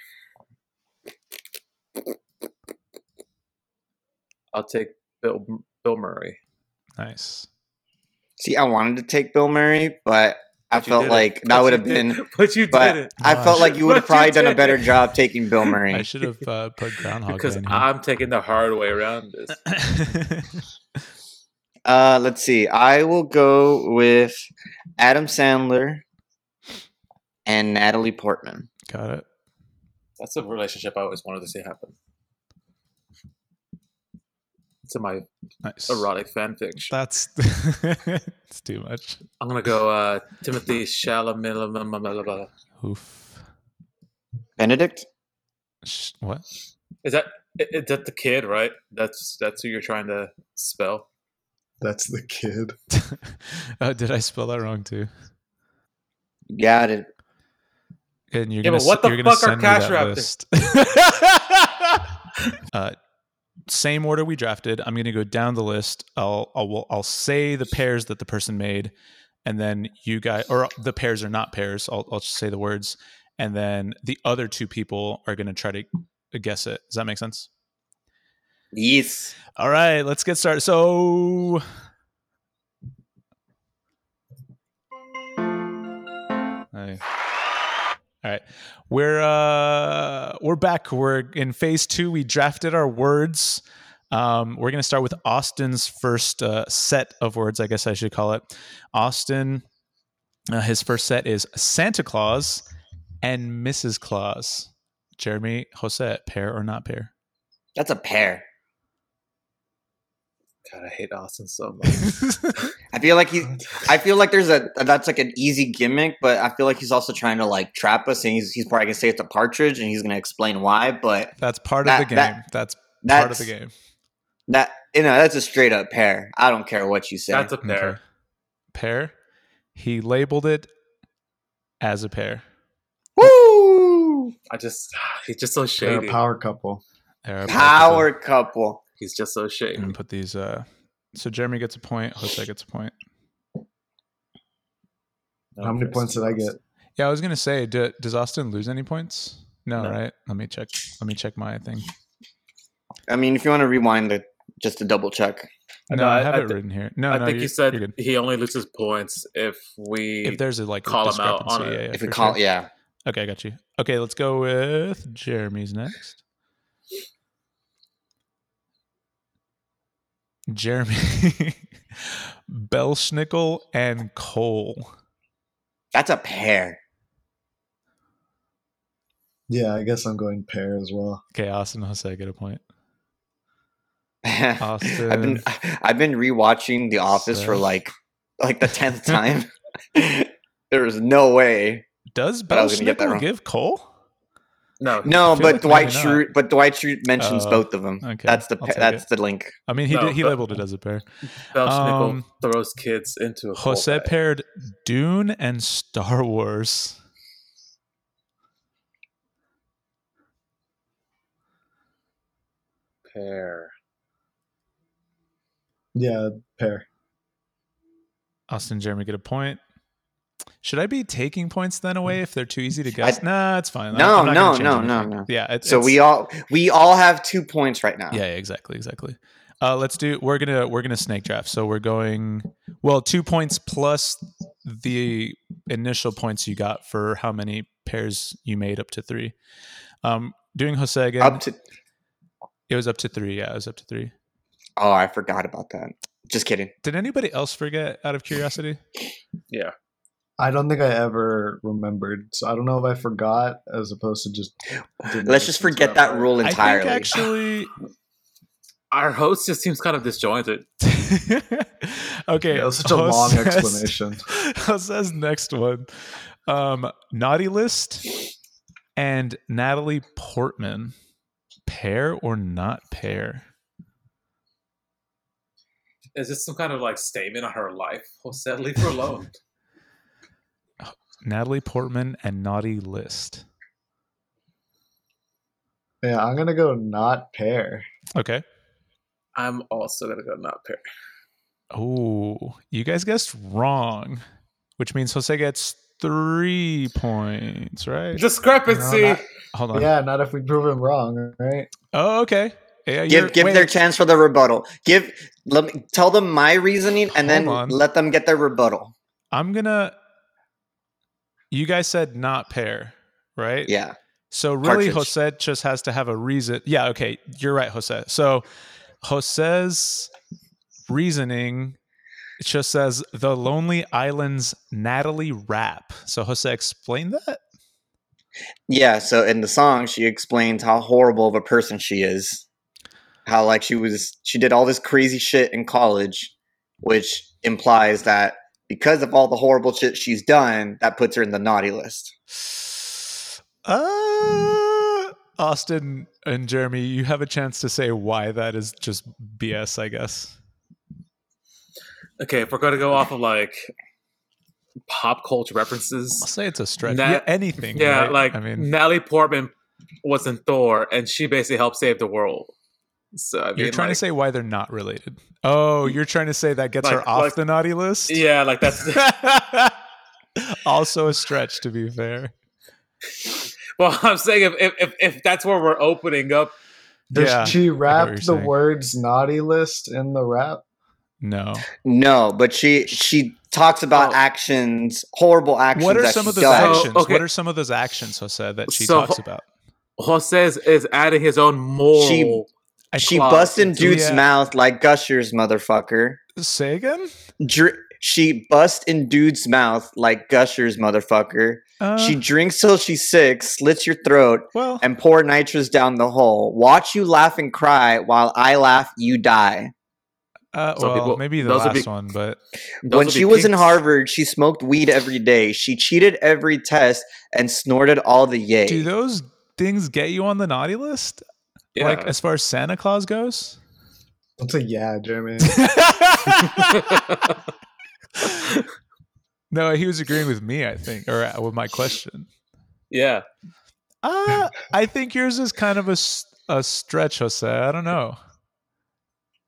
Speaker 2: I'll take Bill Bill Murray.
Speaker 4: Nice.
Speaker 1: See, I wanted to take Bill Murray, but I but felt like that would have been.
Speaker 2: Did. But you
Speaker 1: Oh, but
Speaker 2: did it.
Speaker 1: I felt like you would have probably done a better job taking Bill Murray.
Speaker 4: I should have uh, put Groundhog
Speaker 2: because I'm taking the hard way around this.
Speaker 1: uh, let's see. I will go with Adam Sandler and Natalie Portman.
Speaker 4: Got it.
Speaker 2: That's a relationship I always wanted to see happen. To my nice. erotic fan fiction.
Speaker 4: That's it's too much.
Speaker 2: I'm gonna go uh, Timothy Chalamet.
Speaker 4: Oof.
Speaker 1: Benedict.
Speaker 4: What
Speaker 2: is that? Is that the kid? Right. That's that's who you're trying to spell.
Speaker 3: That's the kid.
Speaker 4: oh, did I spell that wrong too?
Speaker 1: Got it.
Speaker 4: And you're yeah, gonna, what the you're fuck are cash wrapped? uh, same order we drafted. I'm gonna go down the list. I'll, I'll I'll say the pairs that the person made, and then you guys or the pairs are not pairs. I'll I'll just say the words, and then the other two people are gonna try to guess it. Does that make sense?
Speaker 1: Yes.
Speaker 4: All right, let's get started. So Nice. All right. We're uh we're back. We're in phase 2. We drafted our words. Um, we're going to start with Austin's first uh, set of words, I guess I should call it. Austin uh, his first set is Santa Claus and Mrs. Claus. Jeremy, Jose, pair or not pair?
Speaker 1: That's a pair.
Speaker 2: God, I hate Austin so much.
Speaker 1: I feel like he's. I feel like there's a that's like an easy gimmick, but I feel like he's also trying to like trap us, and he's he's probably gonna say it's a partridge, and he's gonna explain why. But
Speaker 4: that's part that, of the game. That, that's, that's, part of the game.
Speaker 1: That you know, that's a straight up pair. I don't care what you say.
Speaker 2: That's a pair. Okay.
Speaker 4: Pair. He labeled it as a pair.
Speaker 1: Woo!
Speaker 2: I just he's just so shady. They're
Speaker 3: a power couple.
Speaker 1: A power couple. couple.
Speaker 2: He's just so shady.
Speaker 4: And put these. Uh, so Jeremy gets a point. Jose gets a point.
Speaker 3: How many points did I get?
Speaker 4: Yeah, I was gonna say, do, does Austin lose any points? No, no, right? Let me check. Let me check my thing.
Speaker 1: I mean, if you want to rewind it, just to double check.
Speaker 4: No, no I, I have I it th- written here. No,
Speaker 2: I
Speaker 4: no,
Speaker 2: think you said he only loses points if we
Speaker 4: if there's a like
Speaker 2: call him out on
Speaker 1: it.
Speaker 2: Yeah, yeah,
Speaker 1: if we call,
Speaker 4: sure.
Speaker 1: yeah.
Speaker 4: Okay, I got you. Okay, let's go with Jeremy's next. Jeremy Belschnickel and Cole.
Speaker 1: That's a pair.
Speaker 3: Yeah, I guess I'm going pair as well.
Speaker 4: Okay, Austin Jose, get a point.
Speaker 1: Austin. I've been I've been rewatching The Office so. for like like the tenth time. there is no way.
Speaker 4: Does Belschnickel give Cole?
Speaker 2: No,
Speaker 1: no, but like Dwight Schrute, but Dwight Schrute
Speaker 4: Oh,
Speaker 1: mentions uh, both of them. Okay, that's the that's it. the link.
Speaker 4: I mean, he no, did, he labeled it as a pair.
Speaker 2: Um, throws kids into a
Speaker 4: Jose paired Dune and Star Wars.
Speaker 2: Pair.
Speaker 3: Yeah, pair.
Speaker 4: Austin Jeremy get a point. Should I be taking points then away if they're too easy to guess? I, nah, it's fine.
Speaker 1: Hmm. No, no, no, no, no.
Speaker 4: Yeah. It's,
Speaker 1: so
Speaker 4: it's,
Speaker 1: we all we all have two points right now.
Speaker 4: Yeah, yeah exactly, exactly. Uh, let's do. We're gonna we're gonna snake draft. So we're going well two points plus the initial points you got for how many pairs you made up to three. Um, doing Jose again,
Speaker 1: Up to
Speaker 4: it was up to three. Yeah, it was up to three.
Speaker 1: oh, I forgot about that. Just kidding.
Speaker 4: Did anybody else forget out of curiosity?
Speaker 3: I don't think I ever remembered. So I don't know if I forgot as opposed to just. didn't
Speaker 1: Let's just
Speaker 3: listen to
Speaker 1: forget
Speaker 3: it.
Speaker 1: that rule entirely.
Speaker 4: I think
Speaker 2: Our host just seems kind of disjointed.
Speaker 4: actually. okay.
Speaker 3: Yeah, that was such a long
Speaker 4: Jose's-
Speaker 3: explanation.
Speaker 4: Jose's next one um, Naughty List and Natalie Portman. Pair or not pair?
Speaker 2: Is this some kind of like statement on her life? Well, said, leave her alone.
Speaker 4: Natalie Portman and Naughty List.
Speaker 3: Yeah, I'm gonna go not pair.
Speaker 4: Okay.
Speaker 2: I'm also gonna go not pair.
Speaker 4: Oh, you guys guessed wrong, which means Jose gets three points, right?
Speaker 2: Discrepancy.
Speaker 3: No, not-
Speaker 4: Hold on.
Speaker 3: Yeah, not if we prove him wrong, right?
Speaker 4: Oh, okay. Yeah, you're-
Speaker 1: Give give their
Speaker 4: wait.
Speaker 1: chance for the rebuttal. Give let me tell them my reasoning and then
Speaker 4: Hold on.
Speaker 1: let them get their rebuttal.
Speaker 4: I'm gonna. You guys said not pair, right?
Speaker 1: Yeah.
Speaker 4: So really,
Speaker 1: Partridge.
Speaker 4: Jose just has to have a reason. Yeah. Okay, you're right, Jose. So Jose's reasoning just says the Lonely Island's Natalie Rap. So Jose, explain that.
Speaker 1: Yeah, so in the song she explains how horrible of a person she is. How like she was she did all this crazy shit in college, which implies that because of all the horrible shit she's done, that puts her in the naughty list.
Speaker 4: Uh, Austin and Jeremy, you have a chance to say why that is just BS, I guess.
Speaker 2: Okay, if we're gonna go off of like pop culture
Speaker 4: I'll
Speaker 2: references,
Speaker 4: say it's a stretch.
Speaker 2: Nah.
Speaker 4: yeah, anything.
Speaker 2: yeah,
Speaker 4: right?
Speaker 2: like
Speaker 4: I mean,
Speaker 2: Natalie Portman was in Thor, and she basically helped save the world. So I mean,
Speaker 4: you're trying
Speaker 2: like-
Speaker 4: to say why they're not related. Oh, you're trying to say that gets
Speaker 2: Like-
Speaker 4: her off
Speaker 2: like-
Speaker 4: the naughty list?
Speaker 2: yeah, like that's
Speaker 4: also a stretch, to be fair.
Speaker 2: well. I'm saying if, if if if that's where we're opening up,
Speaker 3: Does
Speaker 4: yeah.
Speaker 3: she
Speaker 4: what
Speaker 3: wrap
Speaker 4: you're
Speaker 3: the
Speaker 4: saying.
Speaker 3: words naughty list in the rap?
Speaker 4: no.
Speaker 1: No, but she she talks about
Speaker 2: Oh.
Speaker 1: actions, horrible actions.
Speaker 4: What are
Speaker 1: that
Speaker 4: some
Speaker 1: she
Speaker 4: of those
Speaker 1: does.
Speaker 2: So,
Speaker 4: actions?
Speaker 2: okay.
Speaker 4: What are some of those actions, Jose, that she
Speaker 2: So-
Speaker 4: talks about?
Speaker 2: Jose is, is adding his own moral.
Speaker 4: I
Speaker 1: she
Speaker 2: claws
Speaker 1: busts in
Speaker 2: into-
Speaker 1: dude's
Speaker 4: Yeah.
Speaker 1: mouth like gushers, motherfucker.
Speaker 4: Say again?
Speaker 1: Dr- she busts in dude's mouth like gushers, motherfucker.
Speaker 4: Uh,
Speaker 1: she drinks till she's sick, slits your throat,
Speaker 4: well,
Speaker 1: and pour nitrous down the hole. Watch you laugh and cry while I laugh, you die.
Speaker 4: uh,
Speaker 2: Some
Speaker 4: well
Speaker 2: people-
Speaker 4: maybe the
Speaker 2: those would
Speaker 4: last
Speaker 2: be-
Speaker 4: one, but
Speaker 2: Those
Speaker 1: when
Speaker 2: would be
Speaker 1: she was in
Speaker 2: kinks.
Speaker 1: Harvard, she smoked weed every day. She cheated every test and snorted all the yay.
Speaker 4: do those things get you on the naughty list?
Speaker 2: yeah.
Speaker 4: Like as far as Santa Claus goes?
Speaker 3: That's a yeah, Jeremy.
Speaker 4: no, he was agreeing with me, I think, or uh, with my question.
Speaker 2: yeah,
Speaker 4: Uh, I think yours is kind of a, s- a stretch, Jose. I don't know.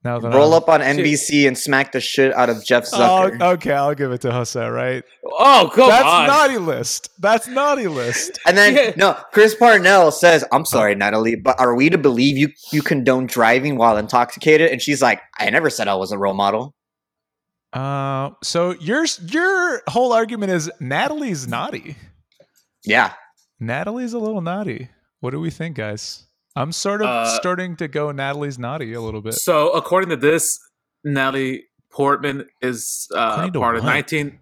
Speaker 4: Now that
Speaker 1: Roll
Speaker 4: I'm-
Speaker 1: up on NBC and smack the shit out of Jeff
Speaker 4: Oh,
Speaker 1: Zucker.
Speaker 4: okay, I'll give it to Jose, right?
Speaker 2: Oh, come
Speaker 4: That's
Speaker 2: on.
Speaker 4: naughty list. That's naughty list.
Speaker 1: And then
Speaker 2: Yeah.
Speaker 1: no, Chris Parnell says, "I'm sorry, Natalie, but are we to believe you you condone driving while intoxicated?" And she's like, "I never said I was a role model."
Speaker 4: Uh, so your your whole argument is Natalie's naughty.
Speaker 1: Yeah,
Speaker 4: Natalie's a little naughty. What do we think, guys? I'm sort of
Speaker 2: Uh,
Speaker 4: starting to go Natalie's naughty a little bit.
Speaker 2: so according to this, Natalie Portman is uh,
Speaker 4: According to
Speaker 2: part of
Speaker 4: what?
Speaker 2: 19.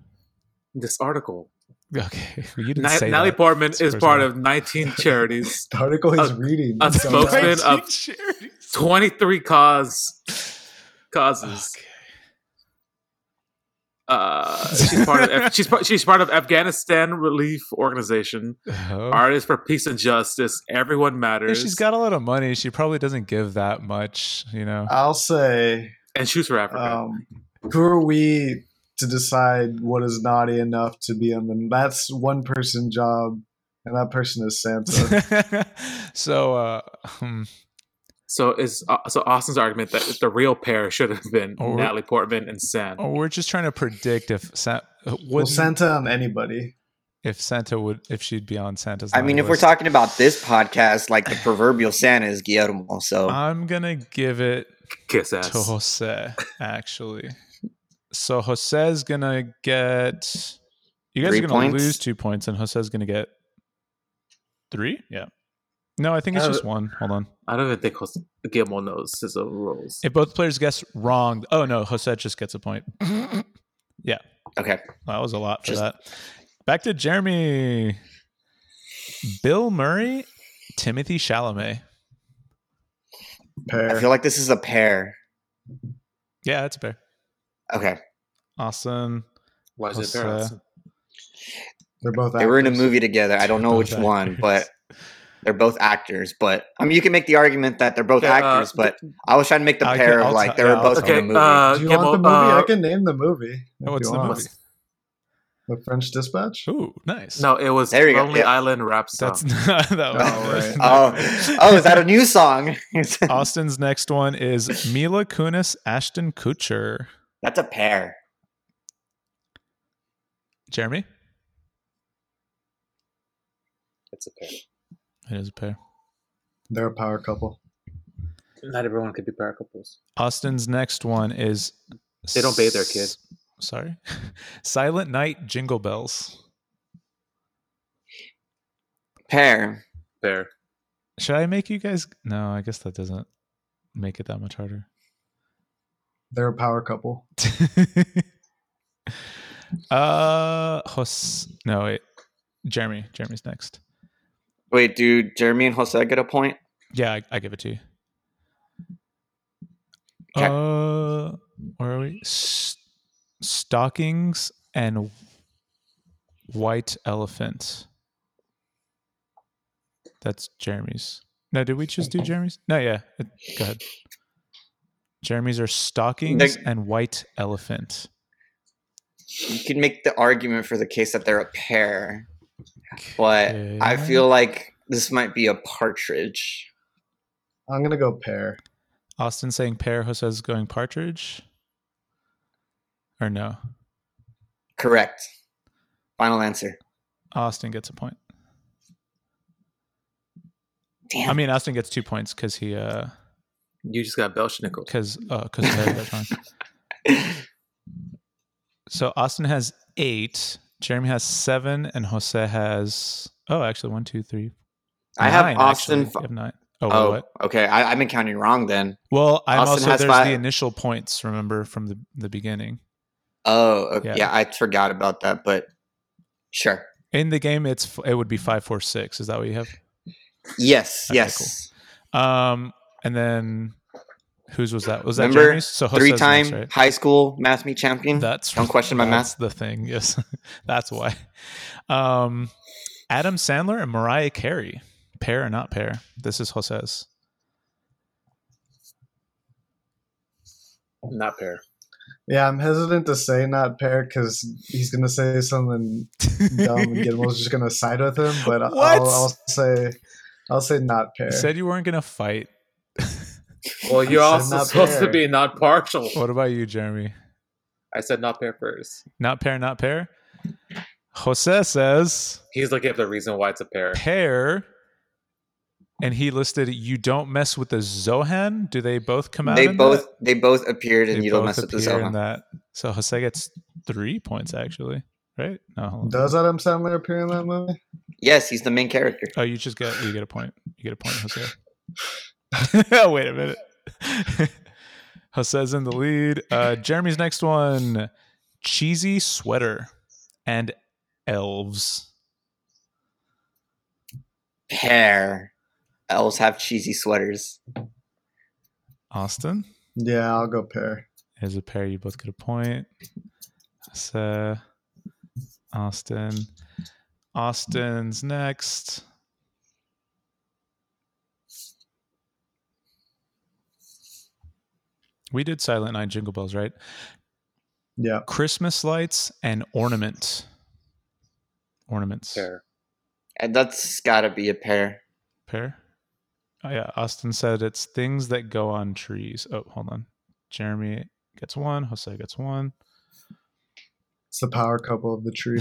Speaker 2: This article.
Speaker 4: Okay, you didn't
Speaker 2: Na-
Speaker 4: say
Speaker 2: Natalie
Speaker 4: that.
Speaker 2: Portman
Speaker 4: It's
Speaker 2: is
Speaker 4: personal.
Speaker 2: part of 19 charities,
Speaker 3: The article he's
Speaker 2: A-
Speaker 3: reading.
Speaker 2: a
Speaker 3: is so bad.
Speaker 2: spokesman of-
Speaker 4: 19 charities.
Speaker 2: 23 cause causes.
Speaker 4: Okay.
Speaker 2: Uh, she's part of Af- she's part, she's part of Afghanistan Relief Organization,
Speaker 4: Oh.
Speaker 2: Artists for Peace and Justice. Everyone matters.
Speaker 4: If she's got a lot of money. She probably doesn't give that much, you know.
Speaker 3: I'll say,
Speaker 2: and shoots for
Speaker 4: Oh.
Speaker 2: Africa.
Speaker 3: um, who are we to decide what is naughty enough to be on the? That's one person job, and that person is Santa.
Speaker 4: Uh, so, uh, hmm,
Speaker 2: So is uh, so Austin's argument that the real pair should have been
Speaker 4: Or-
Speaker 2: Natalie Portman and Sam.
Speaker 4: oh, we're just trying to predict if Sa-
Speaker 3: well,
Speaker 4: would
Speaker 3: Santa on anybody.
Speaker 4: if Santa would if she'd be on Santa's.
Speaker 1: I mean,
Speaker 4: naughty
Speaker 1: if we're
Speaker 4: list.
Speaker 1: talking about this podcast, like the proverbial Santa is Guillermo. So
Speaker 4: I'm gonna give it
Speaker 2: Kiss
Speaker 4: to
Speaker 2: ass.
Speaker 4: Jose actually. So Jose's gonna get. You guys
Speaker 1: Three
Speaker 4: are gonna
Speaker 1: points?
Speaker 4: lose two points, and Jose's gonna get three? Yeah. No, I think it's
Speaker 2: Uh,
Speaker 4: just one. Hold on.
Speaker 2: I don't even think Jose- Gilmore knows his own rules.
Speaker 4: If both players guess wrong, oh no, Jose just gets a point.
Speaker 1: Okay.
Speaker 4: That was a lot for
Speaker 1: Just-
Speaker 4: that. Back to Jeremy. Bill Murray, Timothy Chalamet.
Speaker 1: I
Speaker 3: Pair.
Speaker 1: feel like this is a pair.
Speaker 4: Yeah, that's fair.
Speaker 1: Okay.
Speaker 4: Austin.
Speaker 2: Why is it
Speaker 4: Jose-
Speaker 2: embarrassing?
Speaker 3: They're both.
Speaker 1: They were in a
Speaker 3: actors.
Speaker 1: movie together. I don't know which
Speaker 4: Both
Speaker 1: one,
Speaker 4: actors.
Speaker 1: but they're both actors. But I mean, you can make the argument that they're both
Speaker 2: Yeah, uh,
Speaker 1: actors, but I was trying to make the
Speaker 4: I can-
Speaker 1: pair
Speaker 4: I'll
Speaker 1: of like
Speaker 4: t-
Speaker 1: they
Speaker 4: yeah,
Speaker 1: were
Speaker 4: I'll
Speaker 1: both in
Speaker 4: tell
Speaker 2: Okay,
Speaker 1: the movie.
Speaker 2: uh,
Speaker 3: Do you
Speaker 2: Gilmore,
Speaker 3: want the movie?
Speaker 2: uh,
Speaker 3: I can name the movie. if
Speaker 4: what's
Speaker 3: you
Speaker 4: the
Speaker 3: want.
Speaker 4: movie?
Speaker 3: The French Dispatch.
Speaker 4: Ooh, nice.
Speaker 2: No, it was
Speaker 1: There you go,
Speaker 2: Lonely
Speaker 1: yeah.
Speaker 2: Island Rap Song.
Speaker 4: that's not that one.
Speaker 3: Oh,
Speaker 2: uh,
Speaker 3: right.
Speaker 1: oh, oh, is that a new song?
Speaker 4: Austin's next one is Mila Kunis, Ashton Kutcher.
Speaker 1: That's a pair.
Speaker 4: Jeremy?
Speaker 2: That's a pair.
Speaker 4: It is a pair.
Speaker 3: They're a power couple.
Speaker 2: Not everyone could be power couples.
Speaker 4: Austin's next one is.
Speaker 2: They don't bathe their kid.
Speaker 4: s- Sorry. Silent Night, Jingle Bells.
Speaker 1: Pair.
Speaker 2: Fair.
Speaker 4: Should I make you guys? No, I guess that doesn't make it that much harder.
Speaker 3: They're a power couple.
Speaker 4: uh, Jos- no, wait. Jeremy. Jeremy's next.
Speaker 1: Wait, do Jeremy and Jose get a point?
Speaker 4: Yeah, I, I give it to you.
Speaker 1: Okay.
Speaker 4: Uh, where are we? S- stockings and white elephant. That's Jeremy's. No, did we just do Jeremy's? No, yeah. it- Go ahead. Jeremy's are stockings and white elephant.
Speaker 1: You can make the argument for the case that they're a pair, but I
Speaker 4: Okay.
Speaker 1: feel like this might be a partridge.
Speaker 3: I'm gonna go pair.
Speaker 4: Austin saying pear, Jose's going partridge. Or no.
Speaker 1: Correct. Final answer.
Speaker 4: Austin gets a point.
Speaker 1: Damn.
Speaker 4: I mean, Austin gets two points because he, uh,
Speaker 2: You just got Belschnickel.
Speaker 4: because, uh, because that time. So Austin has eight, Jeremy has seven, and Jose has oh, actually one, two, three.
Speaker 1: I have
Speaker 4: nine,
Speaker 1: Austin
Speaker 4: actually.
Speaker 1: fi-
Speaker 4: You have nine. Oh, wait,
Speaker 1: oh,
Speaker 4: what?
Speaker 1: okay. I, I've been counting wrong then.
Speaker 4: Well, I'm
Speaker 1: Austin
Speaker 4: also
Speaker 1: has
Speaker 4: there's the
Speaker 1: five.
Speaker 4: initial points. Remember from the the beginning
Speaker 1: Oh, okay.
Speaker 4: Yeah.
Speaker 1: yeah. I forgot about that, but sure.
Speaker 4: in the game. It's f- it would be five, four, six. Is that what you have?
Speaker 1: Yes,
Speaker 4: Okay,
Speaker 1: yes.
Speaker 4: Um, and then whose was that? Was that
Speaker 1: Remember,
Speaker 4: Jeremy's? So Jose's
Speaker 1: Three
Speaker 4: next,
Speaker 1: time
Speaker 4: right?
Speaker 1: high school math meet champion.
Speaker 4: That's
Speaker 1: Don't question my
Speaker 4: that's The thing, yes, that's why. Um, Adam Sandler and Mariah Carey, pair or not pair? This is Jose's.
Speaker 2: Not pair.
Speaker 3: Yeah, I'm hesitant to say not pair because he's gonna say something dumb and Gilmore's just gonna side with him. But I'll,
Speaker 4: What?
Speaker 3: I'll say, I'll say not pair.
Speaker 4: You said you weren't gonna fight.
Speaker 2: Well, you're
Speaker 3: said
Speaker 2: also
Speaker 3: not
Speaker 2: supposed
Speaker 3: pair.
Speaker 2: to be not partial.
Speaker 4: What about you, Jeremy?
Speaker 2: I said not pair first.
Speaker 4: Not pair, not pair. Jose says
Speaker 2: He's looking at the reason why it's a pair.
Speaker 4: pair, and he listed you don't mess with the Zohan. Do they both come out?
Speaker 1: They
Speaker 4: in
Speaker 1: both
Speaker 4: that?
Speaker 1: they both appeared
Speaker 4: They
Speaker 1: and you don't
Speaker 4: both
Speaker 1: mess with the
Speaker 4: appear
Speaker 1: Zohan.
Speaker 4: in that. So Jose gets three points actually, right? No, hold on.
Speaker 3: Does Adam Sandler appear in that movie?
Speaker 1: Yes, he's the main character.
Speaker 4: Oh, you just get you get a point. You get a point, Jose. Wait a minute. Jose's in the lead. Uh, Jeremy's next one: cheesy sweater and elves.
Speaker 1: Pair. Elves have cheesy sweaters.
Speaker 4: Austin
Speaker 3: Yeah, I'll go pair.
Speaker 4: is a pair. You both get a point. So Austin, Austin's next. We did Silent Night Jingle Bells, right?
Speaker 3: Yeah,
Speaker 4: Christmas lights and ornament. Ornaments.
Speaker 2: Pair.
Speaker 1: And that's gotta be a pair.
Speaker 4: Pear? Oh, yeah. Austin said it's things that go on trees. Oh, hold on. Jeremy gets one. Jose gets one.
Speaker 3: it's the power couple of the tree.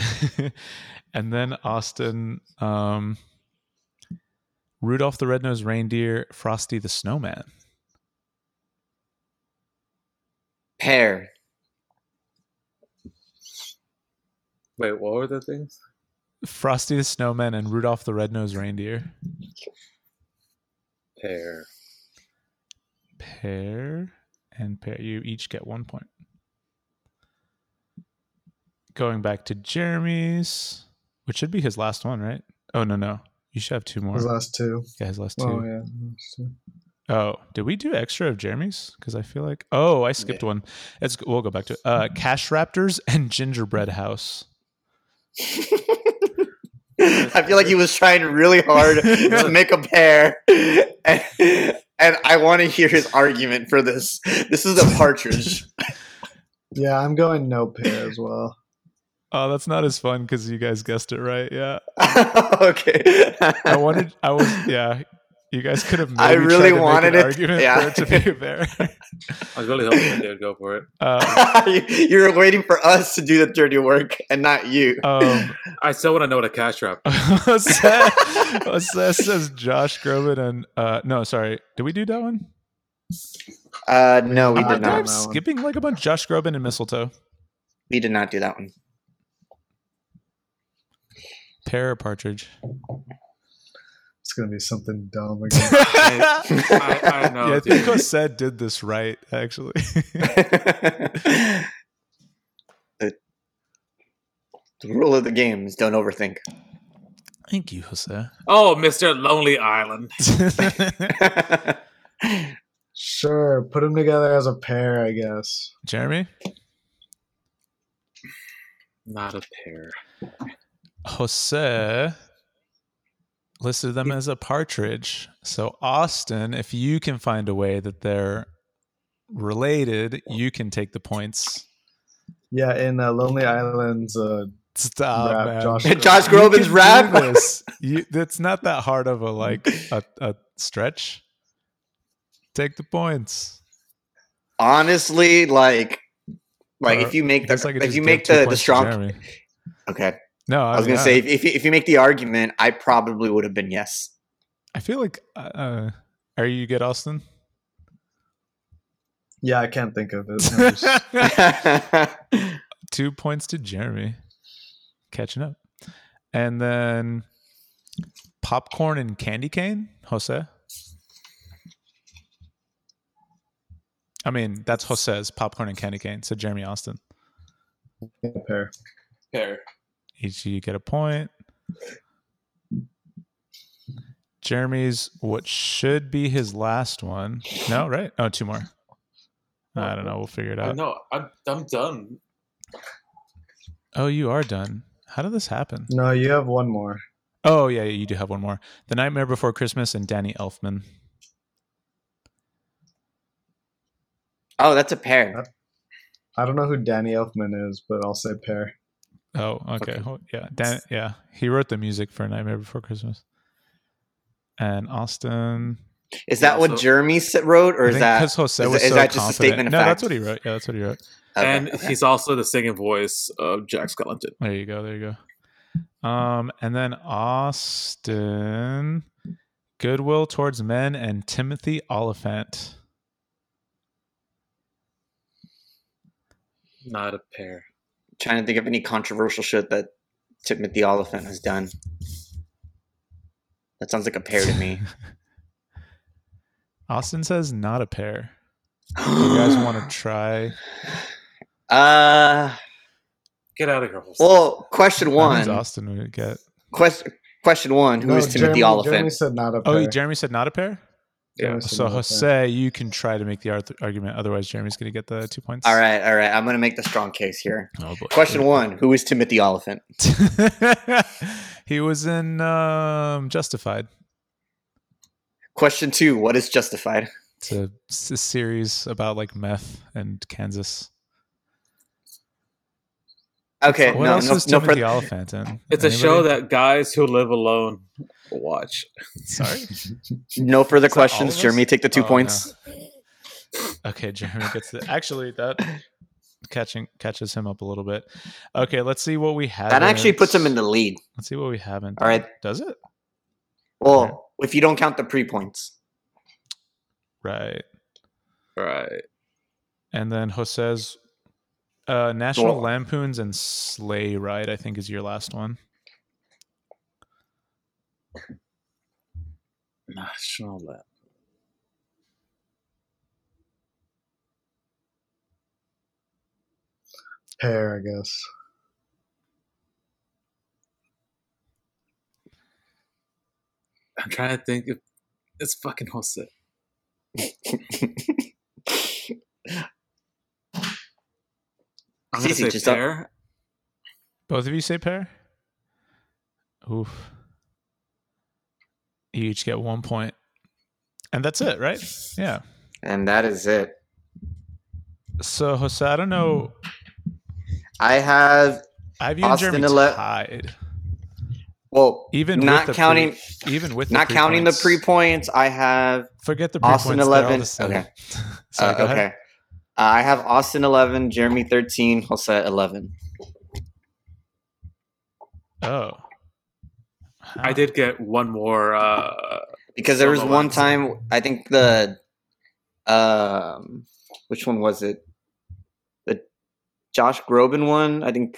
Speaker 4: and then Austin, um, Rudolph the Red-Nosed Reindeer, Frosty the Snowman.
Speaker 1: Pair.
Speaker 2: Wait, what were the things?
Speaker 4: Frosty the Snowman and Rudolph the Red-Nosed Reindeer.
Speaker 2: Pear.
Speaker 4: Pear and pear. You each get one point. Going back to Jeremy's, which should be his last one, right? Oh no, no. You should have two more.
Speaker 3: His last two.
Speaker 4: Yeah, his last two.
Speaker 3: Oh yeah. last two.
Speaker 4: Oh, did we do extra of Jeremy's? Because I feel like oh, I skipped one. It's we'll go back to it. Uh, Cash Raptors and Gingerbread House.
Speaker 1: I feel like he was trying really hard to make a pair. And, and I want to hear his argument for this. This is a partridge.
Speaker 3: Yeah, I'm going no pair as well.
Speaker 4: Oh, that's not as fun because you guys guessed it right. Yeah,
Speaker 1: okay.
Speaker 4: I wanted. I was. Yeah, you guys could have. Maybe
Speaker 1: I really
Speaker 4: tried to make
Speaker 1: wanted
Speaker 4: an
Speaker 1: it.
Speaker 4: Argument
Speaker 1: Yeah.
Speaker 4: for it to be a bear.
Speaker 2: I was really hoping they would go for it.
Speaker 4: Uh,
Speaker 1: You- you were waiting for us to do the dirty work and not you.
Speaker 4: um,
Speaker 2: I still want to know what a cash wrap.
Speaker 4: Jose Jose says Josh Groban and uh, no, sorry, did we do that one?
Speaker 1: Uh, no, we
Speaker 3: Uh,
Speaker 1: did
Speaker 4: I
Speaker 1: not.
Speaker 4: am skipping like a bunch. Josh Groban and mistletoe.
Speaker 1: We did not do that one.
Speaker 4: Pear or partridge.
Speaker 3: It's gonna be something dumb again.
Speaker 4: yeah,
Speaker 2: I, I
Speaker 1: Oh,
Speaker 2: know.
Speaker 4: I
Speaker 2: dude.
Speaker 4: think Jose did this right actually. uh,
Speaker 1: the, the rule of the game is don't overthink.
Speaker 4: Thank you, Jose.
Speaker 2: Oh, Mr. Lonely Island.
Speaker 3: sure, put them together as a pair, I guess.
Speaker 4: Jeremy,
Speaker 2: Not a pair.
Speaker 4: Jose listed them as a partridge. So Austin, if you can find a way that they're related, you can take the points.
Speaker 3: Yeah, in uh, Lonely Islands, uh,
Speaker 4: Stop,
Speaker 3: Rap,
Speaker 4: Oh, man.
Speaker 3: Josh
Speaker 1: Josh
Speaker 4: You
Speaker 1: Groban's
Speaker 4: can
Speaker 1: rap.
Speaker 4: do this. You, it's not that hard of a like a, a stretch. Take the points.
Speaker 1: Honestly, like, like
Speaker 4: Or
Speaker 1: if you make the
Speaker 4: Guess Uh, I could
Speaker 1: if
Speaker 4: just
Speaker 1: you
Speaker 4: give
Speaker 1: make
Speaker 4: two
Speaker 1: the the
Speaker 4: points to
Speaker 1: strong.
Speaker 4: Jeremy. Oh,
Speaker 1: Okay,
Speaker 4: No,
Speaker 1: I was gonna say if, if you- if you make the argument, I probably would have been yes.
Speaker 4: I feel like. Uh, are you good, Austin?
Speaker 3: yeah, I can't think of it. I'm just-
Speaker 4: two points to Jeremy, catching up, and then popcorn and candy cane, Jose. I mean, that's Jose's popcorn and candy cane. So Jeremy Austin.
Speaker 3: a pair.
Speaker 2: Pair.
Speaker 4: Each of you get a point. Jeremy's what should be his last one. No, right? Oh, two more. I don't know. We'll figure it
Speaker 2: I
Speaker 4: out.
Speaker 2: know. I'm, I'm done.
Speaker 4: Oh, you are done. How did this happen?
Speaker 3: No, you have one more.
Speaker 4: Oh, yeah, you do have one more. The Nightmare Before Christmas and Danny Elfman.
Speaker 1: oh, that's a pair.
Speaker 4: Uh,
Speaker 3: I don't know who Danny Elfman is, but I'll say pair.
Speaker 4: Oh, okay.
Speaker 2: Okay.
Speaker 4: Well, yeah, Dan, yeah. He wrote the music for Nightmare Before Christmas. And Austin.
Speaker 1: Is that
Speaker 2: Yeah,
Speaker 1: what
Speaker 2: so-
Speaker 1: Jeremy s- wrote, or
Speaker 4: I
Speaker 1: is
Speaker 4: think
Speaker 1: that
Speaker 4: 'cause Jose
Speaker 1: is
Speaker 4: was
Speaker 1: that- is
Speaker 4: so
Speaker 1: that just a
Speaker 4: confident.
Speaker 1: statement of
Speaker 4: no, that's
Speaker 1: fact?
Speaker 4: what he wrote. Yeah, that's what he wrote.
Speaker 1: okay,
Speaker 2: and
Speaker 1: okay.
Speaker 2: he's also the singing voice of Jack Skellington.
Speaker 4: There you go. There you go. Um, and then Austin, Goodwill Towards Men, and Timothy Oliphant.
Speaker 2: Not a pair.
Speaker 1: trying to think of any controversial shit that Timothy Oliphant has done? That sounds like a pair to me.
Speaker 4: Austin says not a pair. You guys want to try?
Speaker 1: Uh,
Speaker 2: Get out of here. Holston.
Speaker 1: well, question
Speaker 4: That means
Speaker 1: one.
Speaker 4: Austin would get.
Speaker 1: Question question one. Who is
Speaker 3: No,
Speaker 1: Timothy
Speaker 3: Jeremy-
Speaker 1: Oliphant?
Speaker 3: Jeremy said not a pair.
Speaker 4: Oh, Jeremy said not a pair.
Speaker 3: Jeremy said
Speaker 4: So
Speaker 3: not a pair.
Speaker 4: Jose, you can try to make the arth- argument. Otherwise, Jeremy's going to get the two points.
Speaker 1: all right, all right. I'm gonna make the strong case here.
Speaker 4: Oh, boy.
Speaker 1: Question one: Who is Timothy Oliphant?
Speaker 4: he was in um, Justified.
Speaker 1: Question two: What is justified?
Speaker 4: It's a, it's a series about like meth and Kansas.
Speaker 1: Okay,
Speaker 4: What
Speaker 1: no,
Speaker 4: else
Speaker 1: no,
Speaker 4: is
Speaker 1: no
Speaker 4: Timothy
Speaker 1: further-
Speaker 4: Oliphant in?
Speaker 2: it's a show
Speaker 4: Anybody?
Speaker 2: that guys who live alone watch.
Speaker 4: Sorry.
Speaker 1: no further
Speaker 4: that all of
Speaker 1: questions.
Speaker 4: us?
Speaker 1: Jeremy, take the two
Speaker 4: Oh,
Speaker 1: points.
Speaker 4: Okay, Jeremy gets the. Actually, that catching catches him up a little bit. Okay, let's see what we have.
Speaker 1: That actually puts him in the lead.
Speaker 4: Let's see what we haven't.
Speaker 1: All right.
Speaker 4: Does it?
Speaker 1: Well,
Speaker 4: Okay.
Speaker 1: if you don't count the pre points,
Speaker 4: Right.
Speaker 2: Right.
Speaker 4: And then Jose's uh, National
Speaker 1: Well-
Speaker 4: Lampoons and Sleigh Ride, I think, is your last one.
Speaker 2: National Lab.
Speaker 3: Hair, I guess.
Speaker 2: I'm trying to think if it's fucking Jose. I'm gonna
Speaker 1: Cece,
Speaker 2: say
Speaker 1: just don't-
Speaker 2: pear.
Speaker 4: Both of you say pair? Oof. You each get one point. And that's it, right? Yeah.
Speaker 1: And that is it.
Speaker 4: So, Jose, I don't know.
Speaker 1: I have
Speaker 4: Have you and
Speaker 1: Austin
Speaker 4: Jeremy
Speaker 1: to let-
Speaker 4: tied?
Speaker 1: well,
Speaker 4: Even with
Speaker 1: not
Speaker 4: the pre-
Speaker 1: counting
Speaker 4: Even with
Speaker 1: not
Speaker 4: the
Speaker 1: counting
Speaker 4: points.
Speaker 1: the pre points, I have
Speaker 4: Forget the pre
Speaker 1: Austin
Speaker 4: points, they're all
Speaker 1: 11.
Speaker 4: the same.
Speaker 1: Okay.
Speaker 4: Sorry,
Speaker 1: uh,
Speaker 4: go ahead.
Speaker 1: okay. Uh, I have Austin eleven, Jeremy thirteen, Jose eleven.
Speaker 4: Oh.
Speaker 2: I did get one more. Uh,
Speaker 1: Because there was
Speaker 2: Solo
Speaker 1: one
Speaker 2: ones.
Speaker 1: time I think the um which one was it? The Josh Groban one, I think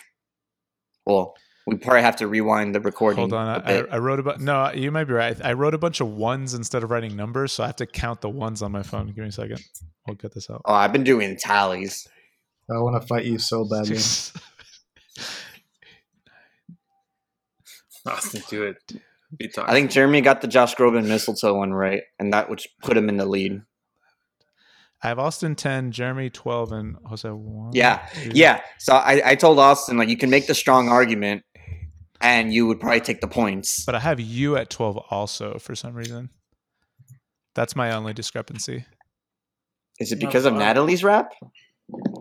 Speaker 1: well, we probably have to rewind the recording.
Speaker 4: Hold on,
Speaker 1: a
Speaker 4: I, I,
Speaker 1: bit.
Speaker 4: I wrote about. No, you might be right. I wrote a bunch of ones instead of writing numbers, so I have to count the ones on my phone. Give me a second. We'll get this out.
Speaker 1: oh, I've been doing tallies.
Speaker 3: I want to fight you so badly.
Speaker 4: Six-
Speaker 2: Austin, do it. Be
Speaker 1: I think Jeremy got the Josh Groban mistletoe one right, and that which put him in the lead.
Speaker 4: I have Austin ten, Jeremy twelve, and Jose one.
Speaker 1: Yeah,
Speaker 4: two,
Speaker 1: yeah. So I, I told Austin like you can make the strong argument, and you would probably take the points.
Speaker 4: But I have you at twelve also for some reason. That's my only discrepancy.
Speaker 1: Is it
Speaker 2: No,
Speaker 1: because of
Speaker 2: uh,
Speaker 1: Natalie's rap?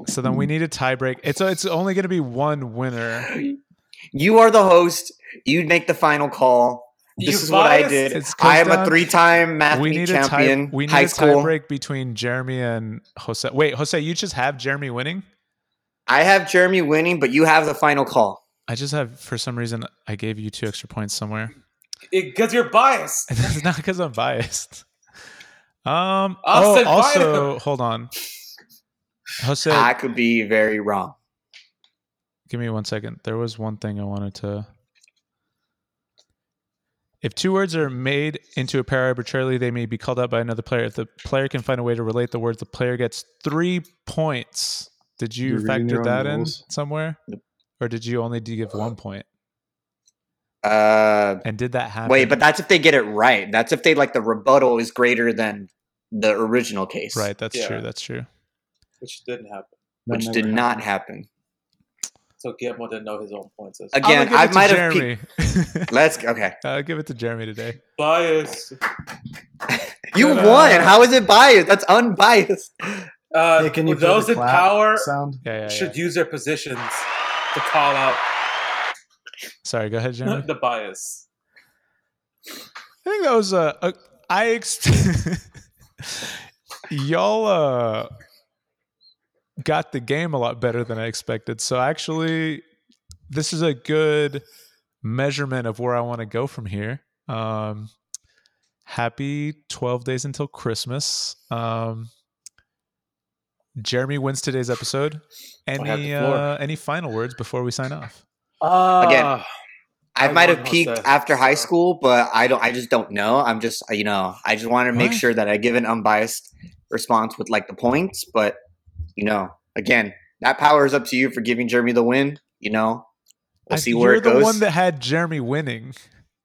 Speaker 4: So then we need a tiebreak. It's it's only going to be one winner.
Speaker 1: You are the host. You'd make the final call. This is what I did.
Speaker 4: It's 'cause
Speaker 1: I am a
Speaker 4: down-
Speaker 1: three-time math
Speaker 4: we
Speaker 1: meet
Speaker 4: need a
Speaker 1: champion.
Speaker 4: tie. We need
Speaker 1: high
Speaker 4: a
Speaker 1: school.
Speaker 4: tiebreak between Jeremy and Jose. Wait, Jose, you just have Jeremy winning.
Speaker 1: I have Jeremy winning, but you have the final call.
Speaker 4: I just have for some reason I gave you two extra points somewhere.
Speaker 2: Because you're biased.
Speaker 4: That's not because I'm biased. Um.
Speaker 2: Austin,
Speaker 4: oh, also, hold on. Jose,
Speaker 1: I could be very wrong.
Speaker 4: give me one second. There was one thing I wanted to. If two words are made into a pair arbitrarily, they may be called out by another player. If the player can find a way to relate the words, the player gets three points. Did you
Speaker 3: You're reading
Speaker 4: factor
Speaker 3: your own
Speaker 4: that in
Speaker 3: rules?
Speaker 4: somewhere,
Speaker 1: Nope.
Speaker 4: or did you only give one point?
Speaker 1: Uh,
Speaker 4: And did that happen?
Speaker 1: wait, but that's if they get it right. That's if they like the rebuttal is greater than the original case,
Speaker 4: right. That's
Speaker 2: Yeah.
Speaker 4: true. That's true.
Speaker 2: Which didn't happen.
Speaker 3: That
Speaker 1: Which
Speaker 3: never
Speaker 1: did
Speaker 3: happened.
Speaker 1: not happen.
Speaker 2: So Guillermo didn't know his own points. That's
Speaker 1: Again,
Speaker 4: I'm gonna give
Speaker 1: I
Speaker 4: it to
Speaker 1: might have
Speaker 4: Jeremy.
Speaker 1: Let's okay.
Speaker 4: I'll give it to Jeremy today.
Speaker 2: biased.
Speaker 1: You
Speaker 4: Ta-da.
Speaker 1: won. How is it biased? That's unbiased.
Speaker 2: Uh,
Speaker 3: Hey, can you play
Speaker 2: those
Speaker 3: the
Speaker 2: in
Speaker 3: clap
Speaker 2: power
Speaker 3: sound?
Speaker 4: Yeah, yeah, yeah.
Speaker 2: should use their positions to call out
Speaker 4: Sorry, go ahead, Jeremy.
Speaker 2: the bias.
Speaker 4: I think that was a. a I ex- y'all uh, got the game a lot better than I expected. So actually, this is a good measurement of where I want to go from here. Um, happy twelve days until Christmas. Um, Jeremy wins today's episode.
Speaker 2: I have the
Speaker 4: Any
Speaker 2: floor.
Speaker 4: uh, any final words before we sign off?
Speaker 2: Uh,
Speaker 1: Again, I,
Speaker 2: I
Speaker 1: might have
Speaker 2: won,
Speaker 1: peaked
Speaker 2: Jose,
Speaker 1: after high
Speaker 2: so-
Speaker 1: school, but I don't. I just don't know. I'm just uh, you know. I just wanted to make
Speaker 4: What?
Speaker 1: sure that I give an unbiased response with like the points. But you know, again, that power is up to you for giving Jeremy the win. You know, we'll
Speaker 4: I-
Speaker 1: see where
Speaker 4: you're
Speaker 1: it goes.
Speaker 4: the one that had Jeremy winning,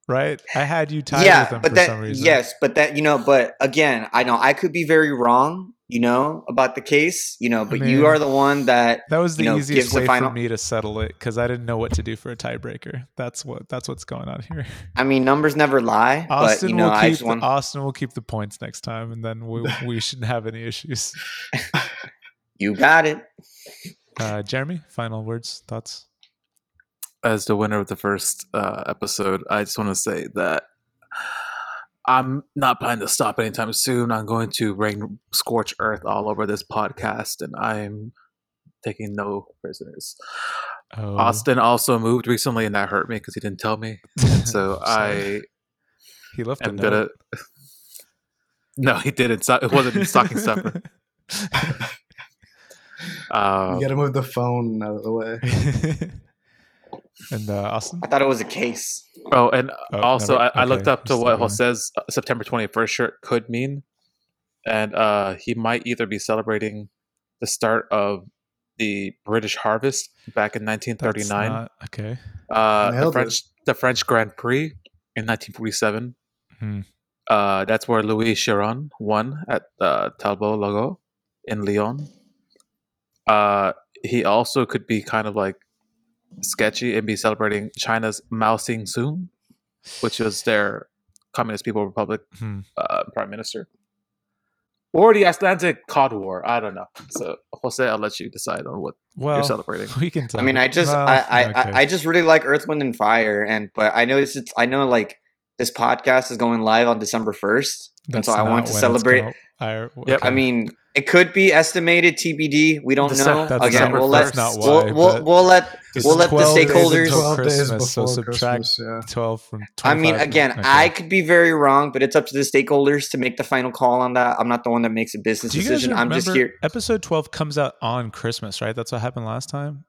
Speaker 4: right? I had you tied with him for
Speaker 1: that,
Speaker 4: some reason.
Speaker 1: Yes, but that you know, but again, I know I could be very wrong, you know, about the case, you know, but
Speaker 4: mean-
Speaker 1: you are the one that
Speaker 4: That was the
Speaker 1: you know, gives
Speaker 4: easiest
Speaker 1: the
Speaker 4: way
Speaker 1: final-
Speaker 4: for me to settle it because I didn't know what to do for a tiebreaker. That's what that's what's going on here.
Speaker 1: I mean numbers never lie,
Speaker 4: Austin
Speaker 1: but you know,
Speaker 4: will
Speaker 1: I
Speaker 4: keep
Speaker 1: just want
Speaker 4: the, Austin will keep the points next time, and then we we shouldn't have any issues.
Speaker 1: you got it.
Speaker 4: Uh, Jeremy, final words, thoughts.
Speaker 2: as the winner of the first uh, episode, I just want to say that I'm not planning to stop anytime soon. I'm going to rain scorch earth all over this podcast, and I'm taking no prisoners.
Speaker 4: Oh,
Speaker 2: Austin also moved recently, and that hurt me because he didn't tell me. So I
Speaker 4: Sorry. he left.
Speaker 2: am gonna. No, he didn't. So- It wasn't stocking stuffer.
Speaker 3: You
Speaker 2: Um, Uh,
Speaker 3: gotta move the phone out of the way.
Speaker 4: And uh, Austin?
Speaker 1: I thought it was a case.
Speaker 2: Oh, and
Speaker 4: Oh,
Speaker 2: also,
Speaker 4: never-
Speaker 2: I, I looked
Speaker 4: okay,
Speaker 2: up to
Speaker 4: just
Speaker 2: what
Speaker 4: the-
Speaker 2: Jose's September 21st shirt could mean, and uh, he might either be celebrating the start of the British harvest back in
Speaker 4: That's
Speaker 2: 1939,
Speaker 4: not- okay.
Speaker 2: uh, the
Speaker 3: Nailed it.
Speaker 2: French the French Grand Prix in 1947.
Speaker 4: Hmm.
Speaker 2: Uh, that's where Louis Chiron won at uh, Talbot Lago in Lyon. Uh, he also could be kind of like sketchy and be celebrating China's Mao Zedong, which was their Communist People Republic
Speaker 4: Hmm.
Speaker 2: uh, prime minister, or the Atlantic Cod War. I don't know. So Jose, I'll let you decide on what
Speaker 4: Well,
Speaker 2: you're celebrating.
Speaker 4: we can talk.
Speaker 1: I mean, I just
Speaker 4: well,
Speaker 1: I, I,
Speaker 4: okay.
Speaker 1: I I just really like Earth, Wind, and Fire, and but I know it's, it's I know like this podcast is going live on December first, and
Speaker 4: That's
Speaker 1: so I
Speaker 4: not
Speaker 1: want to
Speaker 4: when it's
Speaker 1: celebrate.
Speaker 4: called. I,
Speaker 2: Yep.
Speaker 1: I
Speaker 4: okay.
Speaker 1: mean, it could be estimated TBD. We don't
Speaker 2: Dece-
Speaker 1: know.
Speaker 4: That's
Speaker 1: Again,
Speaker 4: not-
Speaker 1: we'll
Speaker 4: that's
Speaker 1: let
Speaker 4: not why,
Speaker 1: we'll, we'll,
Speaker 4: but-
Speaker 1: we'll let.
Speaker 3: Just
Speaker 1: We'll let the
Speaker 3: 12 days until
Speaker 1: stakeholders-
Speaker 3: 12 days
Speaker 4: Christmas, so
Speaker 3: before
Speaker 4: subtract-
Speaker 3: Christmas, yeah.
Speaker 4: 12 from
Speaker 1: I mean,
Speaker 4: 25
Speaker 1: again,
Speaker 4: okay.
Speaker 1: I could be very wrong, but it's up to the stakeholders to make the final call on that. I'm not the one that makes a business
Speaker 4: Do you guys
Speaker 1: decision. I'm
Speaker 4: remember
Speaker 1: just here.
Speaker 4: episode 12 comes out on Christmas, right? That's what happened last time?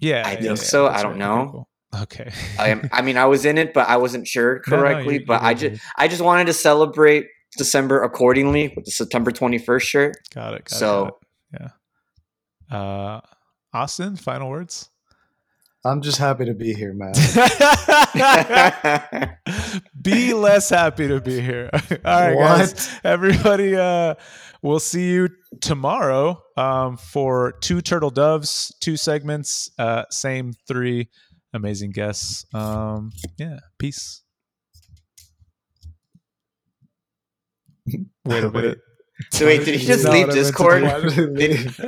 Speaker 4: Yeah.
Speaker 1: I think
Speaker 4: yeah, yeah,
Speaker 1: so. I
Speaker 4: that's
Speaker 1: don't
Speaker 4: right. Okay,
Speaker 1: know.
Speaker 4: cool. Okay.
Speaker 1: I am. I mean, I was in it, but I wasn't sure
Speaker 4: No, no,
Speaker 1: correctly.
Speaker 4: you're-
Speaker 1: but
Speaker 4: you're
Speaker 1: I
Speaker 4: good,
Speaker 1: just
Speaker 4: dude.
Speaker 1: I just wanted to celebrate December accordingly with the September 21st shirt.
Speaker 4: Got it. Got
Speaker 1: So-
Speaker 4: it. got it. yeah. Uh, Austin, final words.
Speaker 3: I'm just happy to be here, man.
Speaker 4: be less happy to be here. All right, guys. Everybody, uh, we'll see you tomorrow um, for two turtle doves, two segments, uh, same three amazing guests. Um, yeah, peace. Wait a
Speaker 3: Wait.
Speaker 4: minute.
Speaker 1: So wait, did he just
Speaker 3: No,
Speaker 1: leave
Speaker 3: what I meant to
Speaker 1: Discord?
Speaker 3: do. Why did he leave?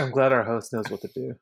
Speaker 2: I'm glad our host knows what to do.